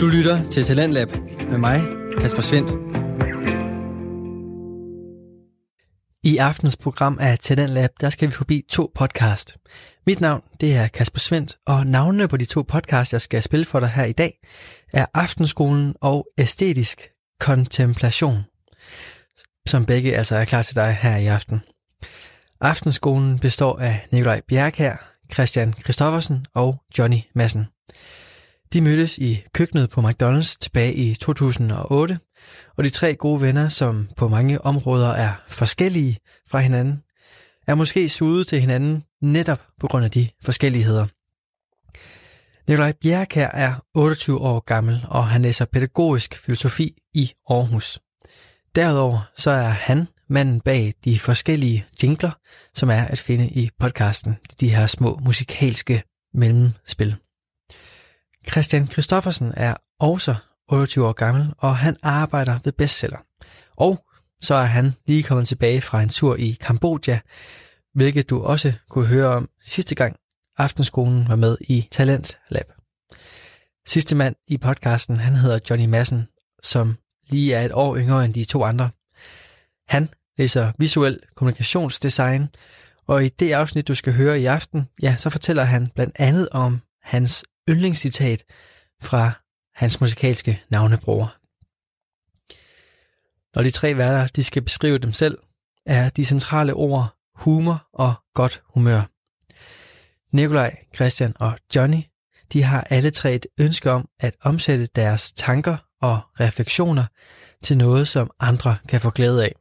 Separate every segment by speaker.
Speaker 1: Du lytter til Talentlab med mig, Kasper Svendt. I aftens program af Talentlab, der skal vi forbi to podcast. Mit navn, det er Kasper Svendt, og navnene på de to podcast, jeg skal spille for dig her i dag, er Aftenskolen og Æstetisk Kontemplation, som begge altså er klar til dig her i aften. Aftenskolen består af Nikolaj Bjerkær, Christian Christoffersen og Johnny Madsen. De mødtes i køkkenet på McDonald's tilbage i 2008, og de tre gode venner, som på mange områder er forskellige fra hinanden, er måske suget til hinanden netop på grund af de forskelligheder. Nikolaj Bjerkær er 28 år gammel, og han læser pædagogisk filosofi i Aarhus. Derudover så er han manden bag de forskellige jingler, som er at finde i podcasten, de her små musikalske mellemspil. Christian Christoffersen er også 28 år gammel, og han arbejder ved bestseller. Og så er han lige kommet tilbage fra en tur i Kambodja, hvilket du også kunne høre om sidste gang Aftenskolen var med i Talent Lab. Sidste mand i podcasten, han hedder Johnny Madsen, som lige er et år yngre end de to andre. Han læser visuel kommunikationsdesign, og i det afsnit, du skal høre i aften, ja, så fortæller han blandt andet om hans yndlingscitat fra hans musikalske navnebror. Når de tre værter de skal beskrive dem selv, er de centrale ord humor og godt humør. Nikolaj, Christian og Johnny, de har alle tre et ønske om at omsætte deres tanker og refleksioner til noget, som andre kan få glæde af.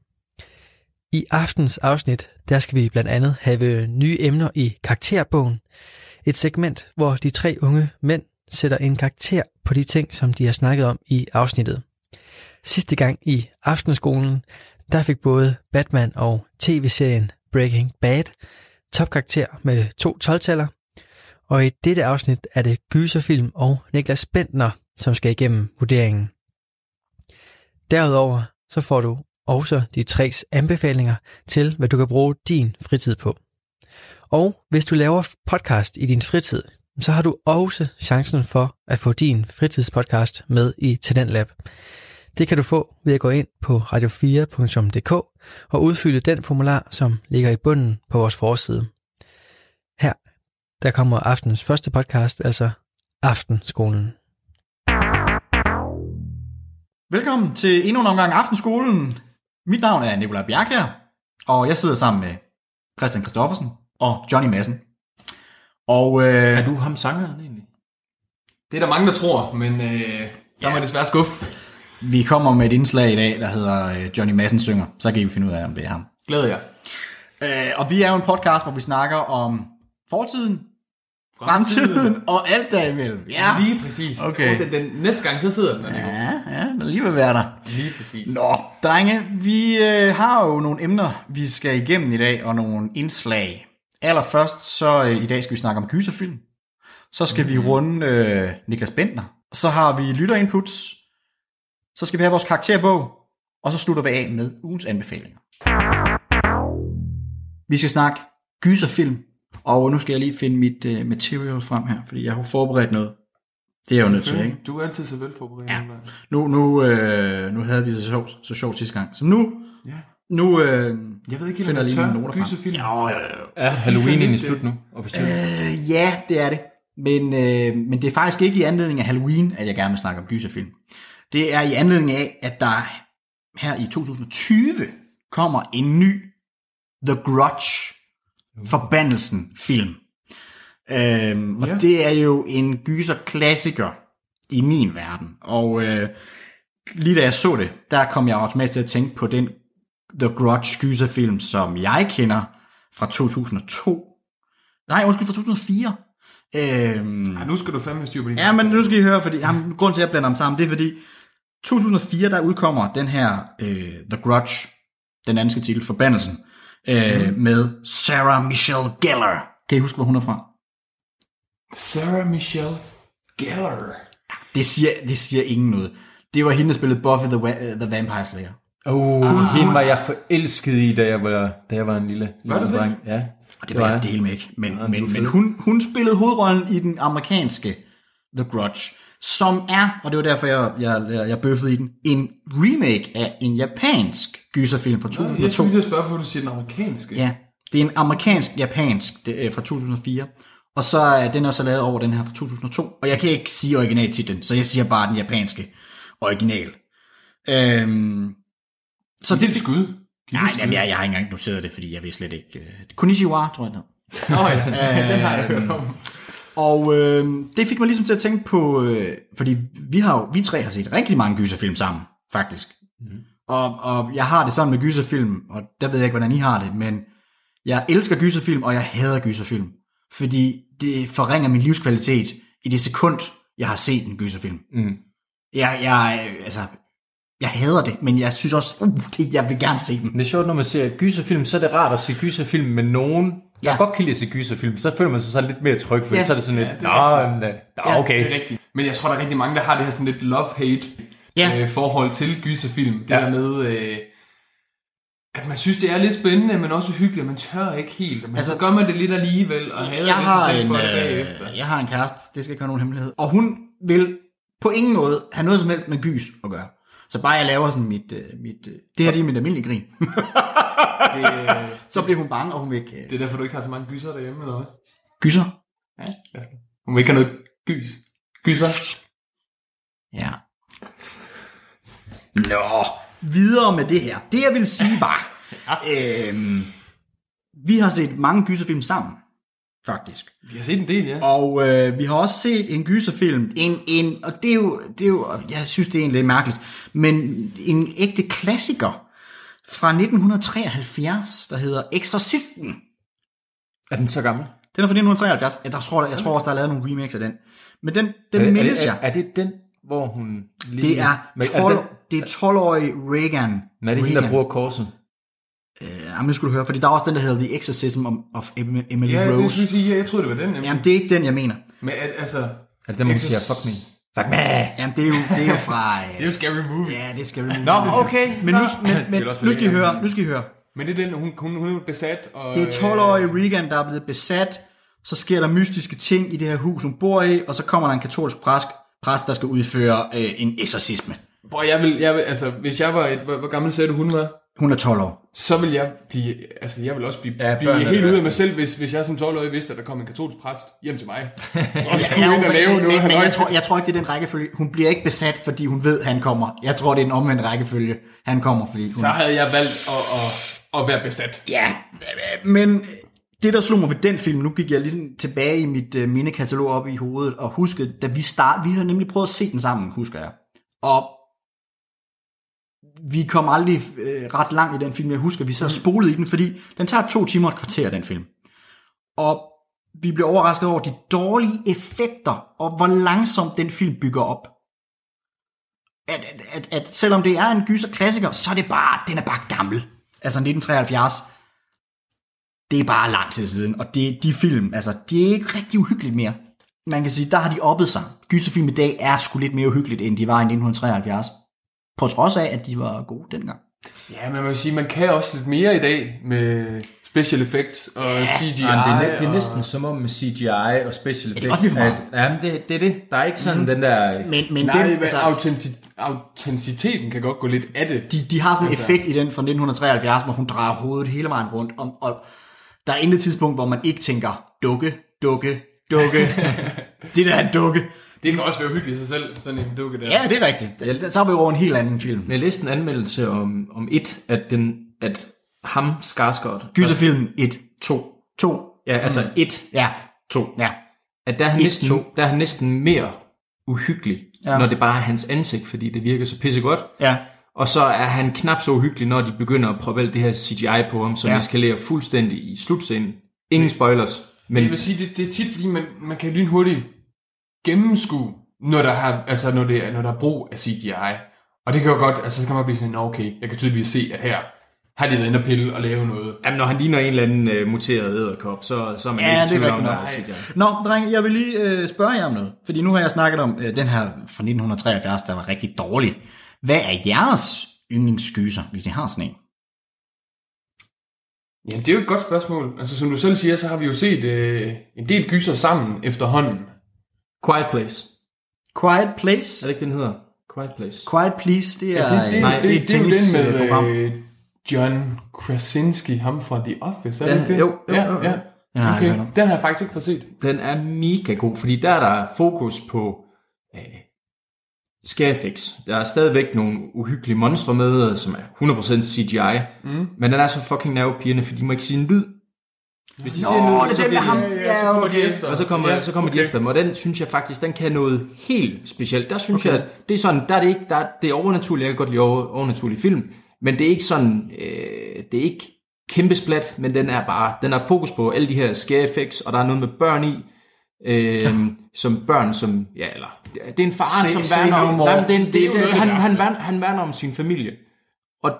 Speaker 1: I aftens afsnit, der skal vi blandt andet have nye emner i karakterbogen, et segment, hvor de tre unge mænd sætter en karakter på de ting, som de har snakket om i afsnittet. Sidste gang i Aftenskolen, der fik både Batman og tv-serien Breaking Bad topkarakter med to 12 og i dette afsnit er det Gyserfilm og Niklas Bentner, som skal igennem vurderingen. Derudover så får du også de tre anbefalinger til, hvad du kan bruge din fritid på. Og hvis du laver podcast i din fritid, så har du også chancen for at få din fritidspodcast med i Talentlab. Det kan du få ved at gå ind på radio4.dk og udfylde den formular, som ligger i bunden på vores forside. Her der kommer aftens første podcast, altså Aftenskolen.
Speaker 2: Velkommen til endnu en omgang Aftenskolen. Mit navn er Nikolaj Bjerkær, og jeg sidder sammen med Christian Christoffersen og Johnny Madsen. Og øh,
Speaker 3: Er du ham sangeren egentlig?
Speaker 4: Det er der mange, der tror, men øh, der ja. må jeg desværre skuffe.
Speaker 2: vi kommer med et indslag i dag, der hedder øh, Johnny Madsen synger. Så kan I jo finde ud af, om det er ham.
Speaker 4: Glæder jeg.
Speaker 2: Øh, og vi er jo en podcast, hvor vi snakker om fortiden, fremtiden og alt derimellem. Ja,
Speaker 4: Lige præcis.
Speaker 2: Okay.
Speaker 4: Den, den, næste gang, så sidder den der, Nico.
Speaker 2: ja, ja der lige vil være der.
Speaker 4: Lige præcis.
Speaker 2: Nå, drenge, vi øh, har jo nogle emner, vi skal igennem i dag, og nogle indslag. Allerførst, så øh, i dag skal vi snakke om gyserfilm. Så skal mm-hmm. vi runde øh, Niklas Bentner. Så har vi lytterinputs. Så skal vi have vores karakterbog. Og så slutter vi af med ugens anbefalinger. Vi skal snakke gyserfilm. Og nu skal jeg lige finde mit øh, material frem her, fordi jeg har forberedt noget. Det er jeg jo nødt til, ikke?
Speaker 3: Du er altid så velforberedt.
Speaker 2: Ja. Nu, nu, øh, nu havde vi det så sjovt, så sjovt sidste gang. Så nu,
Speaker 3: Ja.
Speaker 2: nu øh,
Speaker 3: Jeg ved ikke,
Speaker 2: finder
Speaker 3: om
Speaker 2: jeg
Speaker 3: jeg
Speaker 2: lige
Speaker 3: tør
Speaker 2: mine noter frem.
Speaker 3: gyserfilm.
Speaker 2: Jo, jo, jo.
Speaker 3: Er
Speaker 4: Halloween egentlig
Speaker 3: det-
Speaker 4: slut nu, officielt?
Speaker 2: Øh, ja, det er det. Men, øh, men det er faktisk ikke i anledning af Halloween, at jeg gerne vil snakke om gyserfilm. Det er i anledning af, at der her i 2020 kommer en ny The Grudge, forbandelsen film. Øhm, og
Speaker 3: Ja.
Speaker 2: det er jo en gyser-klassiker i min verden. Og øh, lige da jeg så det, der kom jeg automatisk til at tænke på den The Grudge gyserfilm, som jeg kender fra 2002. Nej, undskyld, fra 2004. Øhm,
Speaker 3: Ja, nu skal du fandme styr på din...
Speaker 2: Ja, men nu skal I høre, fordi jamen, grunden til, at jeg blander dem sammen, det er fordi, 2004, der udkommer den her øh, The Grudge, den danske titel, Forbandelsen, øh, mm. med Sarah Michelle Gellar. Kan I huske, hvor hun er fra?
Speaker 3: Sarah Michelle Gellar.
Speaker 2: Det siger, det siger ingen noget. Det var hende, der spillede Buffy the, Wa- øh, the Vampire Slayer.
Speaker 5: Oh, ah. hende var jeg forelsket i, da jeg var, da jeg var en lille,
Speaker 3: Var
Speaker 5: lille
Speaker 3: du det?
Speaker 5: dreng. Ja.
Speaker 2: Og det var jeg
Speaker 5: jeg.
Speaker 2: del med ikke. Men,
Speaker 5: Ja,
Speaker 2: ja,
Speaker 5: du er
Speaker 2: men, men
Speaker 5: fed.
Speaker 2: hun, hun spillede hovedrollen i den amerikanske The Grudge. som er, og det var derfor, jeg, jeg, jeg, jeg bøffede i den, en remake af en japansk gyserfilm fra
Speaker 4: Jeg
Speaker 2: 2002.
Speaker 4: skulle lige til at spørge, hvorfor du siger den amerikanske.
Speaker 2: Ja, det er en amerikansk-japansk det er fra 2004. Og så er den også lavet over den her fra 2002. Og jeg kan ikke sige originaltitlen, så jeg siger bare den japanske original. Øhm, så det fik...
Speaker 3: Skud.
Speaker 2: Nej, jamen, jeg, jeg har ikke engang noteret det, fordi jeg ved slet ikke... øh, Konnichiwa, tror jeg det hed.
Speaker 4: Nå ja, den har jeg hørt om.
Speaker 2: Og øh, det fik mig ligesom til at tænke på, øh, fordi vi har jo, vi tre har set rigtig mange gyserfilm sammen, faktisk. Mm. Og, og jeg har det sådan med gyserfilm, og der ved jeg ikke, hvordan I har det, men jeg elsker gyserfilm, og jeg hader gyserfilm. Fordi det forringer min livskvalitet i det sekund, jeg har set en gyserfilm.
Speaker 5: Mm.
Speaker 2: Jeg, jeg, øh, altså, jeg hader det, men jeg synes også, uh, det, jeg vil gerne se den.
Speaker 5: Det er sjovt, når man ser gyserfilm, så er det rart at se gyserfilm med nogen, der
Speaker 2: Ja.
Speaker 5: ja. godt kan lide at se gyserfilm. Så føler man sig så lidt mere tryg, for
Speaker 2: Ja.
Speaker 5: ja. så er det sådan lidt,
Speaker 4: det
Speaker 5: nå,
Speaker 4: er
Speaker 5: men, øh, nå,
Speaker 2: Ja,
Speaker 5: okay.
Speaker 4: Det er rigtigt. Men jeg tror, der er rigtig mange, der har det her sådan lidt love-hate
Speaker 2: Ja.
Speaker 4: ja. øh, forhold til gyserfilm. Det ja.
Speaker 5: Ja.
Speaker 4: der med, øh, at man synes, det er lidt spændende, men også hyggeligt, og man tør ikke helt.
Speaker 2: Altså-
Speaker 4: Men altså, så gør man det lidt alligevel, og hader
Speaker 2: jeg
Speaker 4: lidt
Speaker 2: har,
Speaker 4: sig selv
Speaker 2: en,
Speaker 4: for det
Speaker 2: øh,
Speaker 4: bagefter.
Speaker 2: jeg har en kæreste, det skal ikke være nogen hemmelighed. Og hun vil på ingen måde have noget som helst med gys at gøre. Så bare jeg laver sådan mit, øh, mit øh, det her det er mit almindelige grin.
Speaker 4: Det, øh,
Speaker 2: så bliver hun bange, og hun vil ikke... øh,
Speaker 4: det er derfor, du ikke har så mange gyser derhjemme, eller hvad?
Speaker 2: Gyser?
Speaker 4: Ja, jeg skal. Hun vil ikke have noget gys. Gyser.
Speaker 2: Ja. Nå, videre med det her. Det jeg vil sige var, øhm, vi har set mange gyserfilm sammen, faktisk.
Speaker 4: Vi har set en del, ja.
Speaker 2: Og øh, vi har også set en gyserfilm, en, en, og det er, jo, det er jo, jeg synes det er egentlig lidt mærkeligt, men en ægte klassiker fra 1973, der hedder Exorcisten.
Speaker 5: Er den så gammel?
Speaker 2: Den er fra 1973. Jeg tror, jeg tror også, der er lavet nogle remakes af den. Men den,
Speaker 5: Øh,
Speaker 2: den
Speaker 5: er, det, er,
Speaker 2: mindes
Speaker 5: det, er,
Speaker 2: jeg.
Speaker 5: er det den, hvor hun... Lige
Speaker 2: Det er
Speaker 5: Men
Speaker 2: 12,
Speaker 5: den,
Speaker 2: det er 12-årige Reagan.
Speaker 5: men er det hende, der
Speaker 2: Reagan.
Speaker 5: bruger korset?
Speaker 2: Øh, jamen, nu skulle du høre, fordi der er også den, der hedder The Exorcism of Em- Emily
Speaker 4: Ja, det, jeg,
Speaker 2: Rose.
Speaker 4: skulle sige, ja, jeg troede, det var den. Jamen.
Speaker 2: Jamen, det er ikke den, jeg mener.
Speaker 4: Men at, altså,
Speaker 5: Er det den, hvor hun
Speaker 4: Exorc-
Speaker 5: siger, fuck me? Fuck me!
Speaker 2: Jamen, det er jo, det er jo fra... Øh,
Speaker 4: det er jo Scary Movie.
Speaker 2: ja, det skal vi
Speaker 5: Nå, okay.
Speaker 2: Men nu, men, men,
Speaker 5: Det er også
Speaker 2: nu skal I
Speaker 5: Reagan.
Speaker 2: høre, nu skal I høre.
Speaker 4: Men det er den, hun, hun, hun er besat. Og,
Speaker 2: Det er 12-årige Regan, der er blevet besat. Så sker der mystiske ting i det her hus, hun bor i, og så kommer der en katolsk præst, præst der skal udføre øh, en eksorcisme.
Speaker 4: Øh, bror, jeg vil, jeg vil, altså, hvis jeg var et, hvor, hvor gammel sagde du, hun var?
Speaker 2: Hun er 12 år.
Speaker 4: så vil jeg blive, altså jeg vil også blive,
Speaker 5: Ja,
Speaker 4: ja,
Speaker 5: børn er
Speaker 4: blive
Speaker 5: det
Speaker 4: helt ude af
Speaker 5: værste.
Speaker 4: mig selv, hvis, hvis jeg som 12-årig vidste, at der kom en katolsk præst hjem til mig. Og
Speaker 2: Ja,
Speaker 4: skulle ind og lave
Speaker 2: men,
Speaker 4: noget.
Speaker 2: men, men
Speaker 4: halløj.
Speaker 2: jeg, tror, jeg tror ikke, det er den rækkefølge. Hun bliver ikke besat, fordi hun ved, han kommer. Jeg tror, det er den omvendte rækkefølge, han kommer. Fordi hun...
Speaker 4: Så havde jeg valgt at, at, at være besat.
Speaker 2: Ja, men det, der slog mig ved den film, nu gik jeg ligesom tilbage i mit øh, mindekatalog op i hovedet og huskede, da vi start, vi har nemlig prøvet at se den sammen, husker jeg. Og vi kom aldrig øh, ret langt i den film, jeg husker. Vi sad og spolede i den, fordi den tager to timer og et kvarter, den film. Og vi blev overrasket over de dårlige effekter, og hvor langsomt den film bygger op. At, at, at, at selvom det er en gyser klassiker, så er det bare, den er bare gammel. Altså 1973, det er bare lang tid siden, og det, de film, altså, det er ikke rigtig uhyggeligt mere. Man kan sige, der har de oppet sig. Gyserfilm i dag er sgu lidt mere uhyggeligt, end de var i 1973. På trods af, at de var gode dengang.
Speaker 4: Ja, men man vil sige, man kan også lidt mere i dag med special effects og CGI.
Speaker 5: Jamen, det, er, næ- det er
Speaker 4: og-
Speaker 5: næsten som om med CGI og special effects.
Speaker 2: også lidt for meget?
Speaker 5: at- Jamen, det, det er det. Der er ikke sådan den der...
Speaker 2: Men, men
Speaker 4: Nej,
Speaker 2: den,
Speaker 4: men
Speaker 2: altså,
Speaker 4: autenti- autenticiteten kan godt gå lidt af det.
Speaker 2: de, de har sådan en effekt i den fra 1973, hvor hun drejer hovedet hele vejen rundt, og, og der er intet tidspunkt, hvor man ikke tænker, dukke, dukke, dukke. det der er en dukke.
Speaker 4: Det kan også være uhyggeligt i sig selv, sådan en dukke der.
Speaker 2: Ja, det er rigtigt. Så er vi over en helt anden film.
Speaker 5: Men jeg læste en anmeldelse om, om et, at, den, at ham, Skarsgård...
Speaker 2: Gyserfilm 1, 2, 2,
Speaker 5: Ja, altså
Speaker 2: Mm.
Speaker 5: et,
Speaker 2: ja,
Speaker 5: to.
Speaker 2: ja.
Speaker 5: At der er han, næsten, der er han næsten mere uhyggelig,
Speaker 2: Ja.
Speaker 5: ja. når det bare er hans ansigt, fordi det virker så pissegodt.
Speaker 2: Ja,
Speaker 5: Og så er han knap så uhyggelig, når de begynder at prøve alt det her CGI på ham, som
Speaker 2: Ja.
Speaker 5: ja. eskalerer fuldstændig i slutscenen. Ingen spoilers, men
Speaker 4: Jeg vil sige, det, det er tit, fordi man, man kan lynhurtigt gennemskue, når der, har, altså, når, det, er- når der er brug af CGI. Og det kan jo godt, altså så kan man blive sådan, "Nå, okay, jeg kan tydeligvis se, at her har de været inde og pille og lave noget.
Speaker 5: jamen, når han ligner en eller anden uh, muteret æderkop, så, så er man
Speaker 2: Ja,
Speaker 5: ikke
Speaker 2: det
Speaker 5: i
Speaker 2: er
Speaker 5: tvivl om,
Speaker 2: rigtigt
Speaker 5: der
Speaker 2: nok.
Speaker 5: er CGI.
Speaker 2: Nå, dreng, jeg vil lige øh, spørge jer om noget. Fordi nu har jeg snakket om øh, den her fra 1973, der var rigtig dårlig. Hvad er jeres yndlingsskyser, hvis I har sådan en?
Speaker 4: Jamen, det er jo et godt spørgsmål. Altså, som du selv siger, så har vi jo set øh, en del gyser sammen efterhånden.
Speaker 5: Quiet Place.
Speaker 2: Quiet Place.
Speaker 6: Er det ikke, den hedder? Quiet Place.
Speaker 2: Øh, Quiet Please, det er... øh,
Speaker 4: Det, det,
Speaker 6: Nej,
Speaker 4: Nej, det,
Speaker 2: det er
Speaker 4: det, det, er jo den med
Speaker 2: tennisprogram.
Speaker 4: øh, John Krasinski, ham fra The Office, er
Speaker 6: Den-
Speaker 4: det ikke det?
Speaker 6: jo, jo,
Speaker 4: ja,
Speaker 6: jo, jo.
Speaker 4: ja.
Speaker 2: Den har jeg
Speaker 4: Okay.
Speaker 2: hørt om.
Speaker 4: Den har jeg faktisk ikke fået set.
Speaker 6: Den er mega god, fordi der er der fokus på øh, scarefix. Der er stadigvæk nogle uhyggelige monstre med, som er 100% CGI, mm. men den er så fucking nervepirrende, for de må ikke sige en lyd. Hvis de
Speaker 2: Nå,
Speaker 6: siger en lyd,
Speaker 2: det
Speaker 6: så
Speaker 2: er den
Speaker 6: bliver
Speaker 2: med ham.
Speaker 6: de,
Speaker 2: Ja,
Speaker 4: så kommer de
Speaker 2: okay.
Speaker 4: efter.
Speaker 6: og så kommer, ja, så kommer okay. de efter dem, og den synes jeg faktisk, den kan noget helt specielt. Der synes okay. jeg, at det er sådan, der er det ikke, der er, det er overnaturligt, jeg kan godt lide over, overnaturlig film, men det er ikke sådan, øh, det er ikke kæmpe splat, men den er bare, den har fokus på alle de her scare effects, og der er noget med børn i, øh, som børn, som, ja, eller, det er en far,
Speaker 2: Say-
Speaker 6: som
Speaker 2: say
Speaker 6: værner
Speaker 2: no
Speaker 6: om,
Speaker 2: more.
Speaker 6: nej, men det, er en- det,
Speaker 4: Altså, Det er jo
Speaker 6: det,
Speaker 4: noget af
Speaker 6: det,
Speaker 4: det
Speaker 6: han,
Speaker 4: værste.
Speaker 6: han, værner, han værner om sin familie, og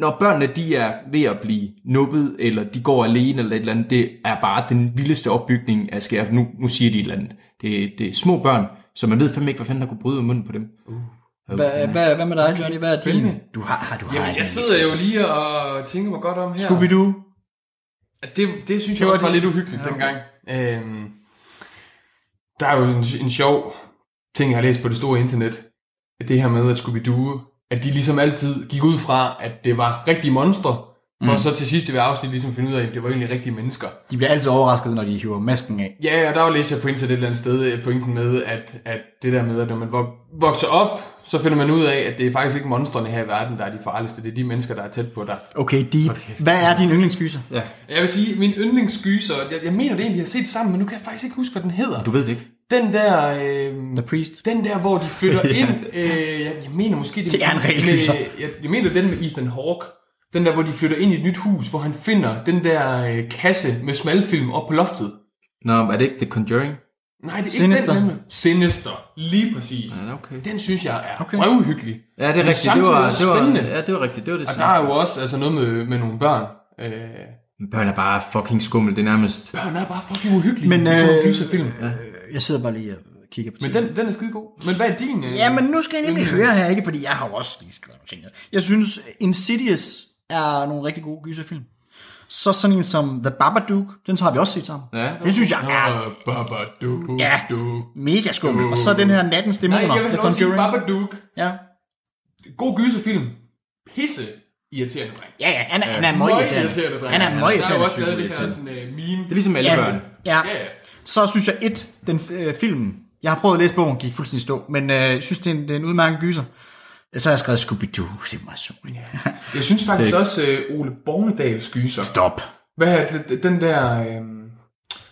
Speaker 6: når børnene de er ved at blive nuppet, eller de går alene, eller et eller andet, det er bare den vildeste opbygning af skærf. Nu, nu siger de et eller andet. Det, det er små børn, så man ved fandme ikke, hvad fanden der kunne bryde ud af munden på dem.
Speaker 2: Hvad, hvad, hvad med dig, Johnny? Hvad er din?
Speaker 4: Spændende.
Speaker 2: Du har, har du har
Speaker 4: Jamen, jeg
Speaker 2: en-
Speaker 4: sidder jo lige og tænker mig godt om her.
Speaker 2: Scooby-Doo.
Speaker 4: Det, det synes jeg
Speaker 2: var
Speaker 4: også var
Speaker 2: det.
Speaker 4: lidt uhyggeligt ja. dengang. Øhm, der er jo en, en sjov ting, jeg har læst på det store internet. Det her med, at Scooby-Doo, at de ligesom altid gik ud fra, at det var rigtige monstre, for mm. så til sidst i hver afsnit ligesom finde ud af, at det var egentlig rigtige mennesker.
Speaker 2: De bliver altid overrasket, når de hiver masken af.
Speaker 4: Ja, og der læste jeg på internet et eller andet sted øh, pointen med, at, at det der med, at når man vok- vokser op, så finder man ud af, at det er faktisk ikke monstrene her i verden, der er de farligste. Det er de mennesker, der er tæt på dig.
Speaker 2: Okay, deep. Hvad er din yndlingsgyser?
Speaker 6: Ja.
Speaker 4: Jeg vil sige, min yndlingsgyser, jeg, jeg mener det egentlig, jeg har set sammen, men nu kan jeg faktisk ikke huske, hvad den hedder.
Speaker 6: Du ved det ikke.
Speaker 4: Den der, øh,
Speaker 2: The Priest.
Speaker 4: den der, hvor de flytter ind, øh, jeg, jeg mener måske...
Speaker 2: Det er en reel gyser.
Speaker 4: jeg, jeg mener den med Ethan Hawke. Den der, hvor de flytter ind i et nyt hus, hvor han finder den der øh, kasse med smalfilm op på loftet.
Speaker 6: Nå, er det ikke The Conjuring?
Speaker 4: Nej, det er
Speaker 2: Sinister.
Speaker 4: ikke den nemlig. Sinister, lige præcis.
Speaker 6: Ja, okay.
Speaker 4: Den synes jeg er okay. røvhyggelig.
Speaker 6: Ja, det
Speaker 4: Men
Speaker 6: er rigtigt. Det
Speaker 4: samtidig
Speaker 6: var,
Speaker 4: også
Speaker 6: det var,
Speaker 4: spændende.
Speaker 6: ja, det var rigtigt. Det var det
Speaker 4: Og der er jo også altså noget med, med nogle børn. Øh,
Speaker 6: Men Børn er bare fucking skummel, det er nærmest.
Speaker 4: børn er bare fucking uhyggelige.
Speaker 2: Men,
Speaker 4: Men, øh, som
Speaker 2: øh,
Speaker 4: en gyserfilm. Ja.
Speaker 2: Øh, Jeg sidder bare lige og kigger på
Speaker 4: Men
Speaker 2: tiden.
Speaker 4: den, den er skide god. Men hvad er din? Øh?
Speaker 2: Ja, men nu skal jeg nemlig høre her, ikke? Fordi jeg har jo også lige skrevet nogle ting ned. Jeg synes, Insidious er nogle rigtig gode gyserfilm. Så sådan en som The Babadook, den har vi også set sammen.
Speaker 6: Ja.
Speaker 2: Den synes jeg er
Speaker 4: Nå, Babadook.
Speaker 2: Ja.
Speaker 4: Duk.
Speaker 2: mega skummel. Og så den her Nattens
Speaker 4: Nej,
Speaker 2: Dæmoner,
Speaker 4: jeg vil
Speaker 2: The
Speaker 4: også sige
Speaker 2: Conjuring.
Speaker 4: Babadook.
Speaker 2: Ja.
Speaker 4: God gyserfilm. Pisse irriterende dreng.
Speaker 2: Ja, ja, han er, han er meget irriterende.
Speaker 4: dreng.
Speaker 2: Han er meget
Speaker 4: Der er jo
Speaker 2: irriterende.
Speaker 4: også lavet det her sådan uh, meme.
Speaker 6: Det er ligesom alle børn.
Speaker 2: Ja, ja.
Speaker 4: Ja, ja.
Speaker 2: Så synes jeg, et, den øh, film, jeg har prøvet at læse bogen, gik fuldstændig i stå, men øh, jeg synes, det er en, det er en udmærket gyser. Så har jeg skrevet Scooby-Doo, det er meget sjovt. Ja.
Speaker 4: Jeg synes faktisk også øh, Ole Bornedals gyser.
Speaker 2: Stop.
Speaker 4: Hvad er det, den der... Øh,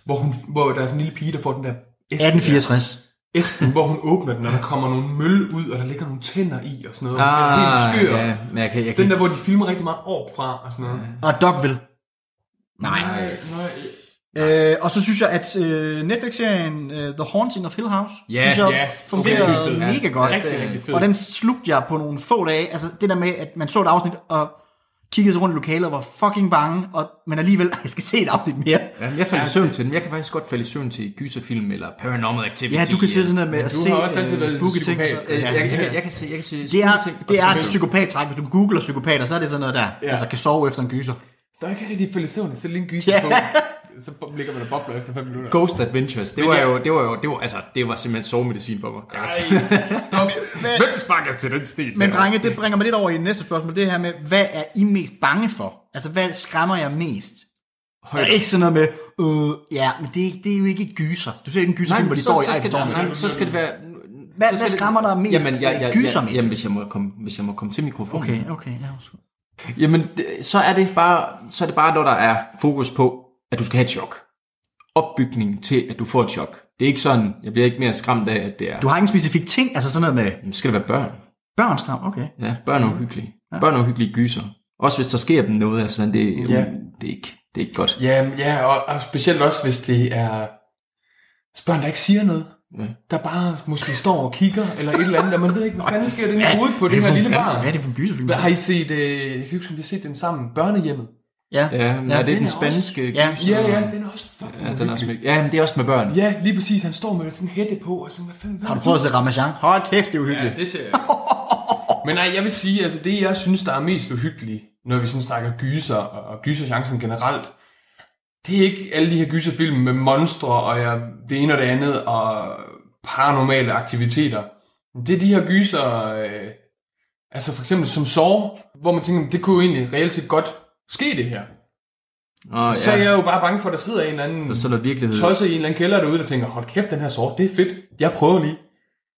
Speaker 4: hvor, hun, hvor der er sådan en lille pige, der får den der... æske-
Speaker 2: 1864.
Speaker 4: Æsken, hvor hun åbner den, og der kommer nogle møl ud, og der ligger nogle tænder i og sådan noget. Hun er helt
Speaker 6: Ah,
Speaker 4: skør.
Speaker 6: ja, men jeg kan, jeg kan
Speaker 4: Den der, hvor de filmer rigtig meget op fra og sådan noget.
Speaker 2: Og Dogville. Nej.
Speaker 4: nej.
Speaker 2: Øh, og så synes jeg, at øh, Netflix-serien øh, The Haunting of Hill House,
Speaker 6: Ja,
Speaker 2: synes jeg
Speaker 4: ja.
Speaker 2: fungerede
Speaker 4: Okay,
Speaker 2: okay,
Speaker 4: fed.
Speaker 2: mega godt.
Speaker 4: Rigtig, rigtig fed.
Speaker 2: Og den slugte jeg på nogle få dage. Altså det der med, at man så et afsnit og kiggede sig rundt i lokalet og var fucking bange, og, men alligevel, jeg skal se et afsnit mere.
Speaker 6: Ja, men jeg faldt i søvn til dem. Jeg kan faktisk godt falde i søvn til gyserfilm eller paranormal activity.
Speaker 2: Ja, du kan sidde sådan der med at
Speaker 4: du
Speaker 2: se
Speaker 4: har også altid
Speaker 2: øh,
Speaker 4: været en
Speaker 2: spooky ting. og så-
Speaker 4: psykopat. Altså,
Speaker 6: Øh,
Speaker 2: Ja,
Speaker 6: jeg, jeg,
Speaker 2: ja.
Speaker 6: jeg, jeg, kan se, jeg kan se
Speaker 2: Det er,
Speaker 6: spooky ting.
Speaker 2: det er et psykopat-træk. Hvis du googler psykopater, så er det sådan noget der.
Speaker 4: Ja.
Speaker 2: Altså kan sove efter en gyser.
Speaker 4: Der er ikke rigtig faldet i søvn, så lige en gyser
Speaker 2: Ja.
Speaker 4: på. Så ligger man og bobler efter 5 minutter.
Speaker 6: Ghost Adventures, det var jo, det var jo, det var, altså, det var simpelthen sovemedicin for mig. Altså. Hvem sparker til den stil?
Speaker 2: Men
Speaker 6: der?
Speaker 2: drenge, det bringer mig lidt over i næste spørgsmål. Det her med, hvad er I mest bange for? Altså, hvad skræmmer jer mest? Og
Speaker 6: Højder.
Speaker 2: ikke sådan noget med, øh, ja, men det er, ikke- det er jo ikke gyser. Du ser ikke en gyserfilm,
Speaker 6: Nej,
Speaker 2: hvor
Speaker 6: men
Speaker 2: de
Speaker 6: så,
Speaker 2: står i
Speaker 6: så, skal det,
Speaker 2: Eiffeltårnet.
Speaker 6: nej, så skal det
Speaker 2: Hvad-
Speaker 6: være... så skal
Speaker 2: hvad
Speaker 6: det-
Speaker 2: skræmmer dig mest?
Speaker 6: Jamen, jeg, jeg,
Speaker 2: Gyser
Speaker 6: jeg,
Speaker 2: mest?
Speaker 6: jamen hvis, jeg må komme, hvis jeg må komme til mikrofonen.
Speaker 2: Okay, okay, ja, undskyld.
Speaker 6: Jamen, det- så er det bare, så er det bare, når der er fokus på, at du skal have et chok. Opbygning til, at du får et chok. Det er ikke sådan, jeg bliver ikke mere skræmt af, at det er...
Speaker 2: Du har ikke en specifik ting, altså sådan noget med
Speaker 6: Jamen, skal det være børn?
Speaker 2: børn skræm, okay.
Speaker 6: Ja, børn er uhyggelige. Ja. Børn er uhyggelige gyser. Også hvis der sker dem noget, altså det, ja.
Speaker 4: Ja.
Speaker 6: det, er ikke, det er ikke godt.
Speaker 4: Ja, men ja og, og, specielt også, hvis det er hvis børn, der ikke siger noget.
Speaker 6: Ja.
Speaker 4: Der bare måske står og kigger, eller et eller andet, og man ved ikke, hvad fanden sker den i hovedet på det her lille barn.
Speaker 2: Hvad er det for en gyserfilm?
Speaker 4: Hvad Har I set, øh, jeg kan ikke huske, om vi har set den sammen, Børnehjemmet?
Speaker 2: Ja,
Speaker 6: Ja, men ja, er
Speaker 2: den
Speaker 6: det den
Speaker 4: er også-
Speaker 6: spanske
Speaker 2: ja.
Speaker 6: gyser?
Speaker 4: Ja, ja, den er også fucking
Speaker 6: Ja, den er også med, ja, men det er også med børn.
Speaker 4: Ja, lige præcis. Han står med sådan en hætte på, og sådan, hvad fanden? hvad
Speaker 2: Har
Speaker 4: er
Speaker 2: du
Speaker 4: det?
Speaker 2: prøvet at se Ramachan? Hold kæft, det er uhyggeligt.
Speaker 4: Ja, det ser jeg. ikke. Men nej, jeg vil sige, altså det jeg synes, der er mest uhyggeligt, når vi sådan snakker gyser og og gyserchancen generelt, det er ikke alle de her gyserfilm med monstre og jeg, det ene og det andet og paranormale aktiviteter. Det er de her gyser, øh, altså for eksempel som sår, hvor man tænker, det kunne jo egentlig reelt set godt ske det her.
Speaker 5: Og,
Speaker 4: Så er jeg jo bare bange for, at der sidder en eller anden
Speaker 5: der så der virkelighed.
Speaker 4: tosset Mm. i en eller anden kælder derude, der tænker, hold kæft, den her sort, det er fedt. Jeg prøver lige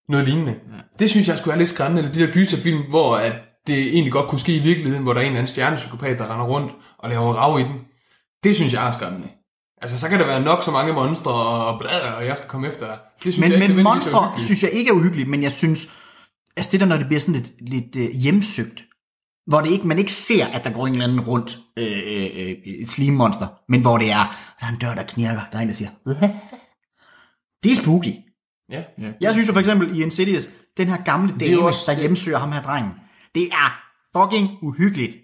Speaker 4: noget lignende. Ja. Det synes jeg skulle være lidt skræmmende. Eller de der gyserfilm, hvor at det egentlig godt kunne ske i virkeligheden, hvor der er en eller anden stjernepsykopat, der render rundt og laver rav i den. Det synes jeg er skræmmende. Altså, så kan der være nok så mange monstre og blader, og jeg skal komme efter dig. Det synes
Speaker 2: Men,
Speaker 4: jeg
Speaker 2: men
Speaker 4: ikke nødvendigvis er
Speaker 2: monstre
Speaker 4: uhyggeligt.
Speaker 2: synes jeg ikke er uhyggeligt, men jeg synes, altså det der, når det bliver sådan lidt, lidt øh, hjemsøgt, hvor det ikke, man ikke ser, at der går en eller anden rundt øh, øh, øh, et slimmonster, men hvor det er, der er en dør, der knirker, der er en, der siger, det er spooky.
Speaker 4: Ja. ja.
Speaker 2: Jeg synes jo for eksempel i Insidious, den her gamle
Speaker 4: er
Speaker 2: dame,
Speaker 4: jo også- øh,
Speaker 2: også, der hjemsøger ham her drengen, det er fucking uhyggeligt.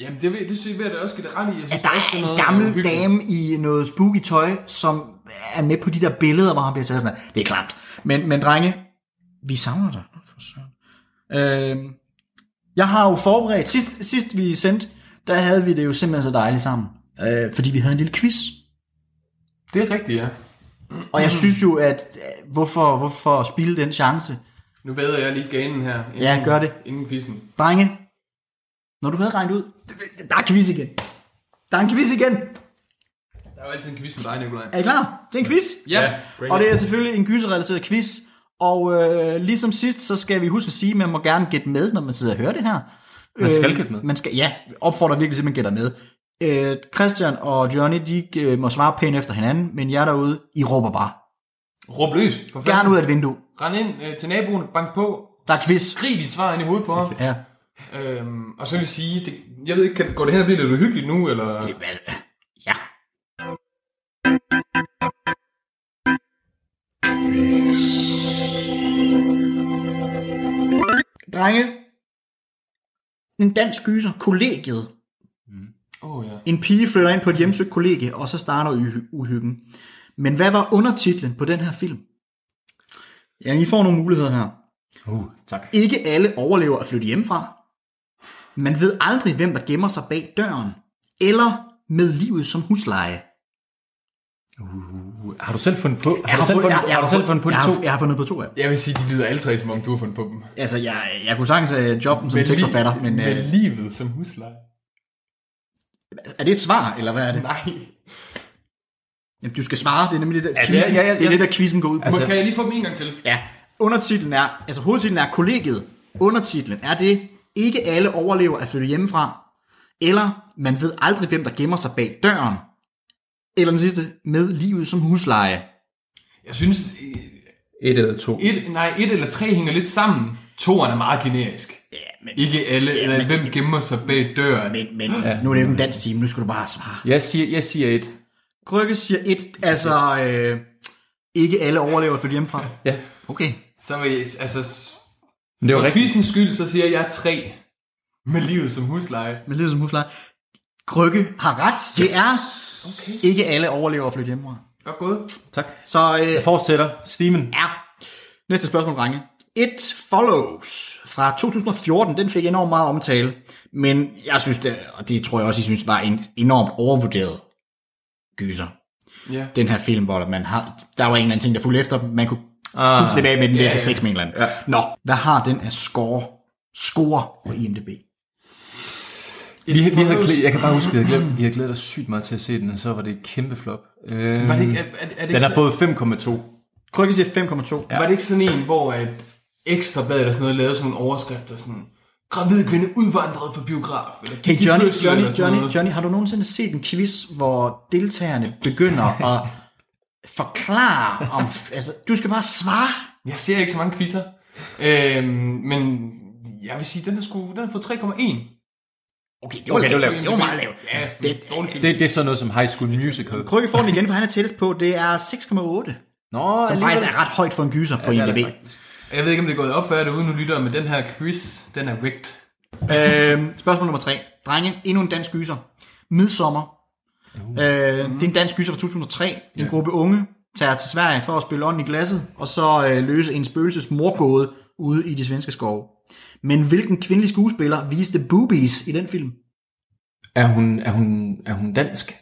Speaker 4: Jamen, det, ved- det synes jeg, ved at det også skal det ret i. Jeg synes,
Speaker 2: At der
Speaker 4: det også
Speaker 2: er
Speaker 4: noget,
Speaker 2: en
Speaker 4: uhyggeligt.
Speaker 2: gammel dame i noget spooky tøj, som er med på de der billeder, hvor han bliver taget sådan her. Det er klamt. Men, men drenge, vi savner dig. Nå, For søren. øhm, jeg har jo forberedt, sidst, sidst vi sendte, der havde vi det jo simpelthen så dejligt sammen. Øh, fordi vi havde en lille quiz.
Speaker 4: Det er rigtigt, ja.
Speaker 2: Og
Speaker 4: Mm.
Speaker 2: jeg synes jo, at øh, hvorfor, hvorfor spille den chance?
Speaker 4: Nu vader jeg lige ganen her. Inden,
Speaker 2: Ja, gør det.
Speaker 4: Inden quizzen.
Speaker 2: Drenge, når du havde regnet ud, der er quiz igen. Der er en quiz igen.
Speaker 4: Der er jo altid en quiz med dig, Nikolaj.
Speaker 2: Er I klar? Det er en quiz.
Speaker 4: Ja.
Speaker 2: Og det er selvfølgelig en gyserrelateret quiz. Og øh, ligesom sidst, så skal vi huske at sige, at man må gerne gætte med, når man sidder og hører det her. Øh,
Speaker 5: Man skal gætte med.
Speaker 2: Man skal, ja, opfordrer virkelig til, at man gætter med. Øh, Christian og Johnny, de øh, må svare pænt efter hinanden, men jer derude, I råber bare.
Speaker 4: Råb løs. for
Speaker 2: Gerne ud af et vindue.
Speaker 4: Rend ind øh, til naboen, bank på.
Speaker 2: Der er quiz.
Speaker 4: Skrig dit svar ind i hovedet på ham.
Speaker 2: Ja.
Speaker 4: øhm, og så vil jeg sige, det, jeg ved ikke, kan, går det her og bliver lidt uhyggeligt nu, eller? Det.
Speaker 2: Ja. Drenge, en dansk gyser, kollegiet,
Speaker 4: Oh, ja.
Speaker 2: En pige flytter ind på et hjemsøgt kollegie, og så starter uhy- uhyggen. Men hvad var undertitlen på den her film? Ja, I får nogle muligheder her.
Speaker 5: Uh, tak.
Speaker 2: Ikke alle overlever at flytte hjemmefra. Man ved aldrig, hvem der gemmer sig bag døren. Eller med livet som husleje.
Speaker 5: Uh, har du selv fundet på? Har
Speaker 2: Jeg
Speaker 5: du selv
Speaker 2: fundet-
Speaker 5: fundet,
Speaker 2: jeg- jeg
Speaker 5: har du selv fundet på de
Speaker 2: jeg
Speaker 5: to?
Speaker 2: Har, jeg har fundet på to af dem.
Speaker 4: Jeg vil sige, de lyder alle tre, som om du har fundet på dem.
Speaker 2: Altså, jeg, jeg kunne sagtens have jobben som
Speaker 4: Med li-
Speaker 2: tekstforfatter, men
Speaker 4: Med
Speaker 2: øh,
Speaker 4: livet som husleje.
Speaker 2: er det et svar, eller hvad er det?
Speaker 4: Nej.
Speaker 2: Jamen, du skal svare, det er nemlig det der,
Speaker 5: Altså,
Speaker 2: quizzen,
Speaker 5: ja, ja, ja.
Speaker 2: Det, er det, der quizzen går ud på.
Speaker 4: Altså,
Speaker 5: Altså-
Speaker 4: kan jeg lige få dem en gang til?
Speaker 2: Ja, undertitlen er, altså hovedtitlen er kollegiet. Undertitlen er det, ikke alle overlever at flytte hjemmefra. Eller, man ved aldrig, hvem der gemmer sig bag døren. Eller den sidste, med livet som husleje.
Speaker 4: Jeg synes, øh,
Speaker 5: Et eller to.
Speaker 4: et, nej, et eller tre hænger lidt sammen. Toeren er meget generisk.
Speaker 2: Ja, men,
Speaker 4: Ikke alle, ja, eller hvem gemmer sig bag døren.
Speaker 2: men, men ja. nu er det jo en dansk time, nu skal du bare svare.
Speaker 5: Jeg siger, jeg siger et.
Speaker 2: Krykke siger et, altså, øh, ikke alle overlever at flytte hjemmefra.
Speaker 5: Ja.
Speaker 2: Okay.
Speaker 4: Så vil jeg, altså, s-
Speaker 5: Men det var
Speaker 4: for
Speaker 5: rigtigt.
Speaker 4: quizens skyld, så siger jeg tre. Med livet som husleje.
Speaker 2: Med livet som husleje. Krykke har ret, det er, ikke alle overlever at flytte hjemmefra.
Speaker 4: Godt gået.
Speaker 5: Tak.
Speaker 2: Så øh,
Speaker 5: Jeg fortsætter. Steven.
Speaker 2: Ja. Næste spørgsmål, drenge. It Follows fra 2014, den fik enormt meget omtale, men jeg synes, det, og det tror jeg også, I synes, var en enormt overvurderet gyser.
Speaker 4: Ja.
Speaker 2: Den her film, hvor man har, der var en eller anden ting, der fulgte efter dem, man kunne ah, kun slippe af med den yeah, ved at have sex med en eller anden. Yeah. Nå, hvad har den af score? Score på IMDb.
Speaker 5: Vi, vi havde, glæ- jeg kan bare huske, vi havde,
Speaker 4: Mm.
Speaker 5: glædet, vi havde glædet os sygt meget til at se den, og så var det et kæmpe flop. Øh,
Speaker 4: Var det ikke, er, er, er det
Speaker 5: den
Speaker 4: ikke,
Speaker 5: har
Speaker 4: så-
Speaker 5: fået 5,2.
Speaker 2: Krykke siger 5,2. Ja.
Speaker 4: var det ikke sådan en, hvor at ekstrabladet eller sådan noget lavede sådan nogle overskrifter, sådan, gravid kvinde udvandret fra biograf, eller
Speaker 2: Hey
Speaker 4: gik i
Speaker 2: Johnny,
Speaker 4: fødsel,"
Speaker 2: Johnny,
Speaker 4: eller sådan
Speaker 2: Johnny,
Speaker 4: noget.
Speaker 2: Johnny, har du nogensinde set en quiz, hvor deltagerne begynder at forklare om... Altså, du skal bare svare.
Speaker 4: Jeg ser ikke så mange quizzer, øhm, men jeg vil sige, den har, sgu, den har fået 3,1.
Speaker 2: Okay, det var, okay, det var, lavt. Det var meget lavt.
Speaker 4: Ja, det
Speaker 2: Det-
Speaker 4: er dårlig film.
Speaker 5: Det, det er sådan noget som High School Musical.
Speaker 2: Krykke får den igen, for han er tættest på. Det er 6,8.
Speaker 5: Nå,
Speaker 2: Som
Speaker 5: alligevel.
Speaker 2: faktisk er ret højt for en gyser på
Speaker 5: Ja, det er
Speaker 2: IMDb.
Speaker 5: det faktisk.
Speaker 4: Jeg ved ikke, om det er gået op for jer derude nu, lytter, men den her quiz, den er rigged.
Speaker 2: Øhm, spørgsmål nummer 3. Drenge, endnu en dansk gyser. Midsommer. Øh, det er en dansk gyser fra 2003. En gruppe unge tager til Sverige for at spille ånden i glasset, og så øh, løse en spøgelses morgåde ude i de svenske skove. Men hvilken kvindelig skuespiller viste boobies i den film?
Speaker 5: Er hun, er hun, er hun dansk?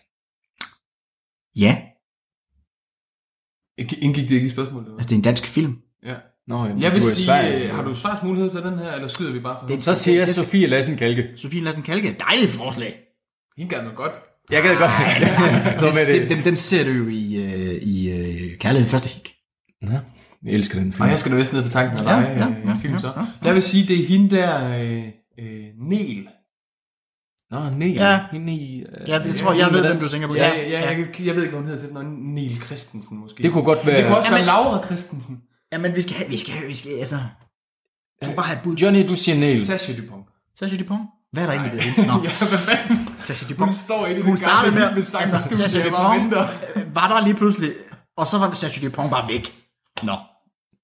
Speaker 2: Ja,
Speaker 4: Indgik det ikke i spørgsmålet? eller hvad?
Speaker 2: altså det er en dansk film.
Speaker 4: Ja.
Speaker 6: Nå, jamen,
Speaker 4: Jeg vil
Speaker 6: du er i
Speaker 4: sige,
Speaker 6: Sverige.
Speaker 4: øh, har du svars mulighed til den her, eller skyder vi bare for
Speaker 6: Så siger Sofie Lassen Kalke.
Speaker 2: Sofie Lassen Kalke, dejligt forslag.
Speaker 4: Hende gad man godt.
Speaker 6: Jeg gad godt. så med det.
Speaker 2: Dem, dem, dem ser du jo i, øh, i øh, Kærlighed første hik.
Speaker 6: Nå, jeg elsker den film.
Speaker 4: Og jeg skal da vist ned på tanken med dig, ja, ja, ja, film så. Jeg vil sige, det er hende der, øh, øh, Nel.
Speaker 6: Nå, nej.
Speaker 2: Ja.
Speaker 6: Hende i, øh,
Speaker 2: Ja, jeg tror, jeg ved, hvem du tænker på.
Speaker 4: Ja, ja, ja, Jeg, kan- jeg ved ikke, hvad hun hedder til efternavn. Nel Christensen måske.
Speaker 6: Det kunne godt være
Speaker 4: det kunne også
Speaker 2: Ja,
Speaker 4: være
Speaker 2: men-
Speaker 4: Laura Christensen.
Speaker 2: ja, men vi skal have, vi skal have, vi skal altså... Du
Speaker 4: Øh,
Speaker 2: skal bare have et bud.
Speaker 6: Johnny, du siger Neil.
Speaker 4: Sasha Dupont.
Speaker 2: Sasha Dupont? Hvad er der egentlig ved hende? Nå,
Speaker 4: Ja, hvad fanden?
Speaker 2: Sasha
Speaker 4: Hun
Speaker 2: Dupont.
Speaker 4: står i det.
Speaker 2: Hun startede med,
Speaker 4: med sang,
Speaker 2: altså, Sasha
Speaker 4: altså, bare
Speaker 2: Dupont
Speaker 4: venter.
Speaker 2: øh, var der lige pludselig, og så var Sasha Dupont bare væk. Nå.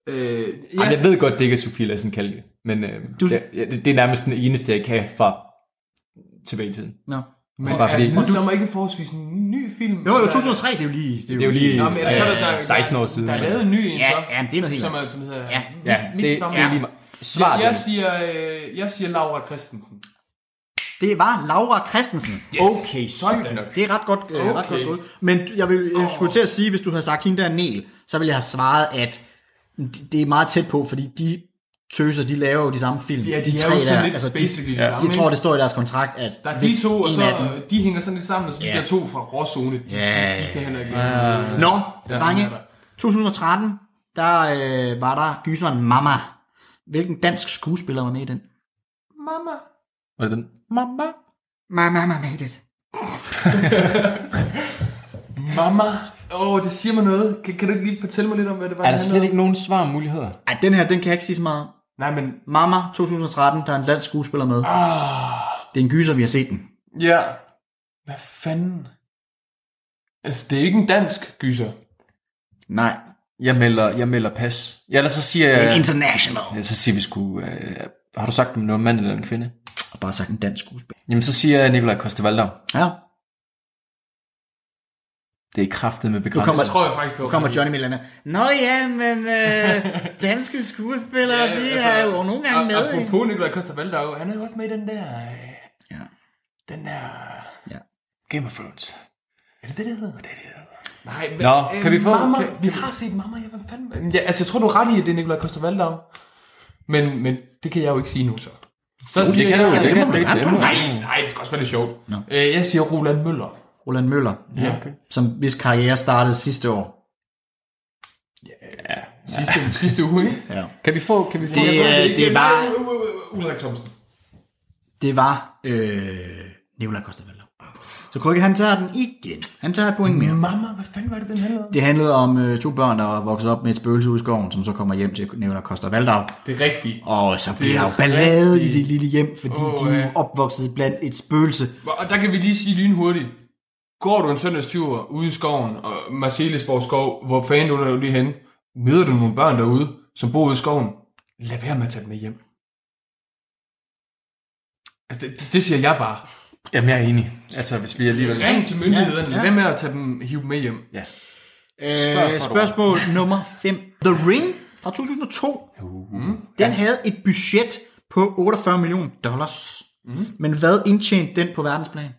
Speaker 4: Øh,
Speaker 6: Ej,
Speaker 4: jeg,
Speaker 6: jeg ved godt, det ikke er Sofie Lassen Kalke, men øh,
Speaker 2: Du-
Speaker 6: jeg, jeg, det det er nærmest den eneste, jeg kan fra tilbage i tiden.
Speaker 2: Nå.
Speaker 4: men
Speaker 6: bare fordi-
Speaker 4: er Midsommer ikke forholdsvis en ny film?
Speaker 2: Jo, jo,
Speaker 4: Eller-
Speaker 2: 2003, det er jo lige...
Speaker 6: Det er jo lige
Speaker 4: Nå, men altså, så er
Speaker 6: øh,
Speaker 4: der, der,
Speaker 6: 16 år siden.
Speaker 4: Der er lavet en ny en,
Speaker 2: Ja,
Speaker 4: så,
Speaker 2: ja, men det er noget helt
Speaker 4: som,
Speaker 2: andet.
Speaker 4: er, som hedder
Speaker 2: Ja,
Speaker 6: Ja,
Speaker 4: Midt,
Speaker 6: det,
Speaker 4: Midsommar.
Speaker 6: det er lige meget. Svar
Speaker 4: jeg,
Speaker 6: det.
Speaker 4: jeg, siger, øh, jeg siger Laura Christensen.
Speaker 2: Det var Laura Christensen. Yes. Okay,
Speaker 4: Sådan nok.
Speaker 2: Det er ret godt, øh, okay. ret
Speaker 4: Okay.
Speaker 2: godt gået. Men jeg, vil, jeg skulle til at sige, hvis du havde sagt hende der Nel, så ville jeg have svaret, at d- det er meget tæt på, fordi de tøser, de laver jo de samme film.
Speaker 4: Ja, de, de er jo sådan lidt
Speaker 2: altså, de,
Speaker 4: basically de, samme,
Speaker 2: de tror,
Speaker 4: ikke?
Speaker 2: det står i deres kontrakt, at
Speaker 4: Der er de
Speaker 2: hvis
Speaker 4: to, og
Speaker 2: en
Speaker 4: så
Speaker 2: af dem-
Speaker 4: de hænger sådan lidt sammen, og så de
Speaker 2: Ja.
Speaker 4: der to fra Råzone, de,
Speaker 2: Ja.
Speaker 4: de, de kan heller ikke lide
Speaker 2: Nå,
Speaker 4: er
Speaker 2: drenge,
Speaker 4: den der.
Speaker 2: 2013, der øh, var der gyseren Mama. Hvilken dansk skuespiller var med i den?
Speaker 6: Var det den? Mama.
Speaker 2: Mama, mama made it.
Speaker 4: Mama, åh, det siger mig noget. Kan, kan du ikke lige fortælle mig lidt om, hvad det var?
Speaker 6: Er
Speaker 4: det
Speaker 6: der slet
Speaker 4: handlede om?
Speaker 6: ikke nogen svarmuligheder?
Speaker 2: Ej, den her, den kan jeg ikke sige så meget om.
Speaker 4: Nej, men
Speaker 2: Mama 2013, der er en dansk skuespiller med. Ah. Det er en gyser, vi har set den.
Speaker 4: Ja. Hvad fanden? Altså, det er ikke en dansk gyser.
Speaker 2: Nej.
Speaker 6: Jeg melder, jeg melder pas. Ja, eller så siger jeg...
Speaker 2: Det er en international.
Speaker 6: Ja, så siger vi sgu... Øh, har du sagt, om det var en mand eller en kvinde?
Speaker 2: Og bare sagt en dansk skuespiller.
Speaker 6: Jamen, så siger jeg Nikolaj Kostevaldau.
Speaker 2: Ja.
Speaker 6: Det er kraftet med
Speaker 2: Nu
Speaker 6: begrænset.
Speaker 2: kommer,
Speaker 4: Jeg tror jeg faktisk, det
Speaker 2: nu
Speaker 4: var...
Speaker 2: kommer Johnny Milana. Nå ja, men øh, danske skuespillere, ja, de altså, er jo nogle gange med.
Speaker 4: Og,
Speaker 2: ikke?
Speaker 4: apropos Nikolaj Kostervaldau, han er jo også med i den der... øh,
Speaker 2: Ja.
Speaker 4: Den der...
Speaker 2: Ja.
Speaker 6: Game of Thrones.
Speaker 4: Er det det, det hedder? Det er det, det hedder. Nej, men,
Speaker 6: Nå, kan vi få-
Speaker 4: Mamma,
Speaker 6: kan-
Speaker 4: vi har set Mamma, jeg hvad fanden... Ja, altså, jeg tror, du har ret i, at det er Nikolaj Kostervaldau. Men, men det kan jeg jo ikke sige nu, så. Så
Speaker 6: det kan du,
Speaker 4: jeg-
Speaker 6: det kan du, det kan du.
Speaker 4: Nej, nej, det skal også være lidt sjovt.
Speaker 2: Nå.
Speaker 4: Øh, Jeg siger Roland Møller.
Speaker 2: Roland Møller,
Speaker 4: Ja, okay.
Speaker 2: som hvis karriere startede sidste år.
Speaker 4: Sidste, sidste uge, ikke?
Speaker 2: Ja.
Speaker 6: Kan vi få... Kan vi få
Speaker 2: Det, øh, det var,
Speaker 4: Ulrik Thomsen.
Speaker 2: det var øh, Nicolai Kostervalder. Så Krykke, han tager den igen. Han tager et point mere.
Speaker 4: Mamma, hvad fanden var det, den handlede om?
Speaker 2: Det handlede om øh, to børn, der var vokset op med et spøgelse ude i skoven, som så kommer hjem til Nicolai Koster Valdau.
Speaker 4: Det er rigtigt.
Speaker 2: Og så bliver
Speaker 4: er
Speaker 2: der jo ballade
Speaker 4: rigtigt.
Speaker 2: i det lille hjem, fordi
Speaker 4: Åh,
Speaker 2: oh, de er jo
Speaker 4: ja.
Speaker 2: opvokset blandt et spøgelse.
Speaker 4: Og der kan vi lige sige lynhurtigt. Går du en søndagstur ude i skoven, og Marcelesborg skov, hvor fanden du er lige henne, møder du nogle børn derude, som bor ude i skoven, lad være med at tage dem med hjem. Altså, det, det, det siger jeg bare.
Speaker 6: Jamen, jeg er enig. Altså, hvis vi alligevel...
Speaker 4: Ring til myndighederne,
Speaker 2: Ja, ja.
Speaker 4: ja, ja. lad være med at tage dem, hive dem med hjem.
Speaker 2: Øh, spørgsmål nummer 5. The Ring fra 2002,
Speaker 6: Uh-huh.
Speaker 4: Mm.
Speaker 2: den havde et budget på 48 millioner dollars. Mm. Men hvad indtjente den på verdensplan?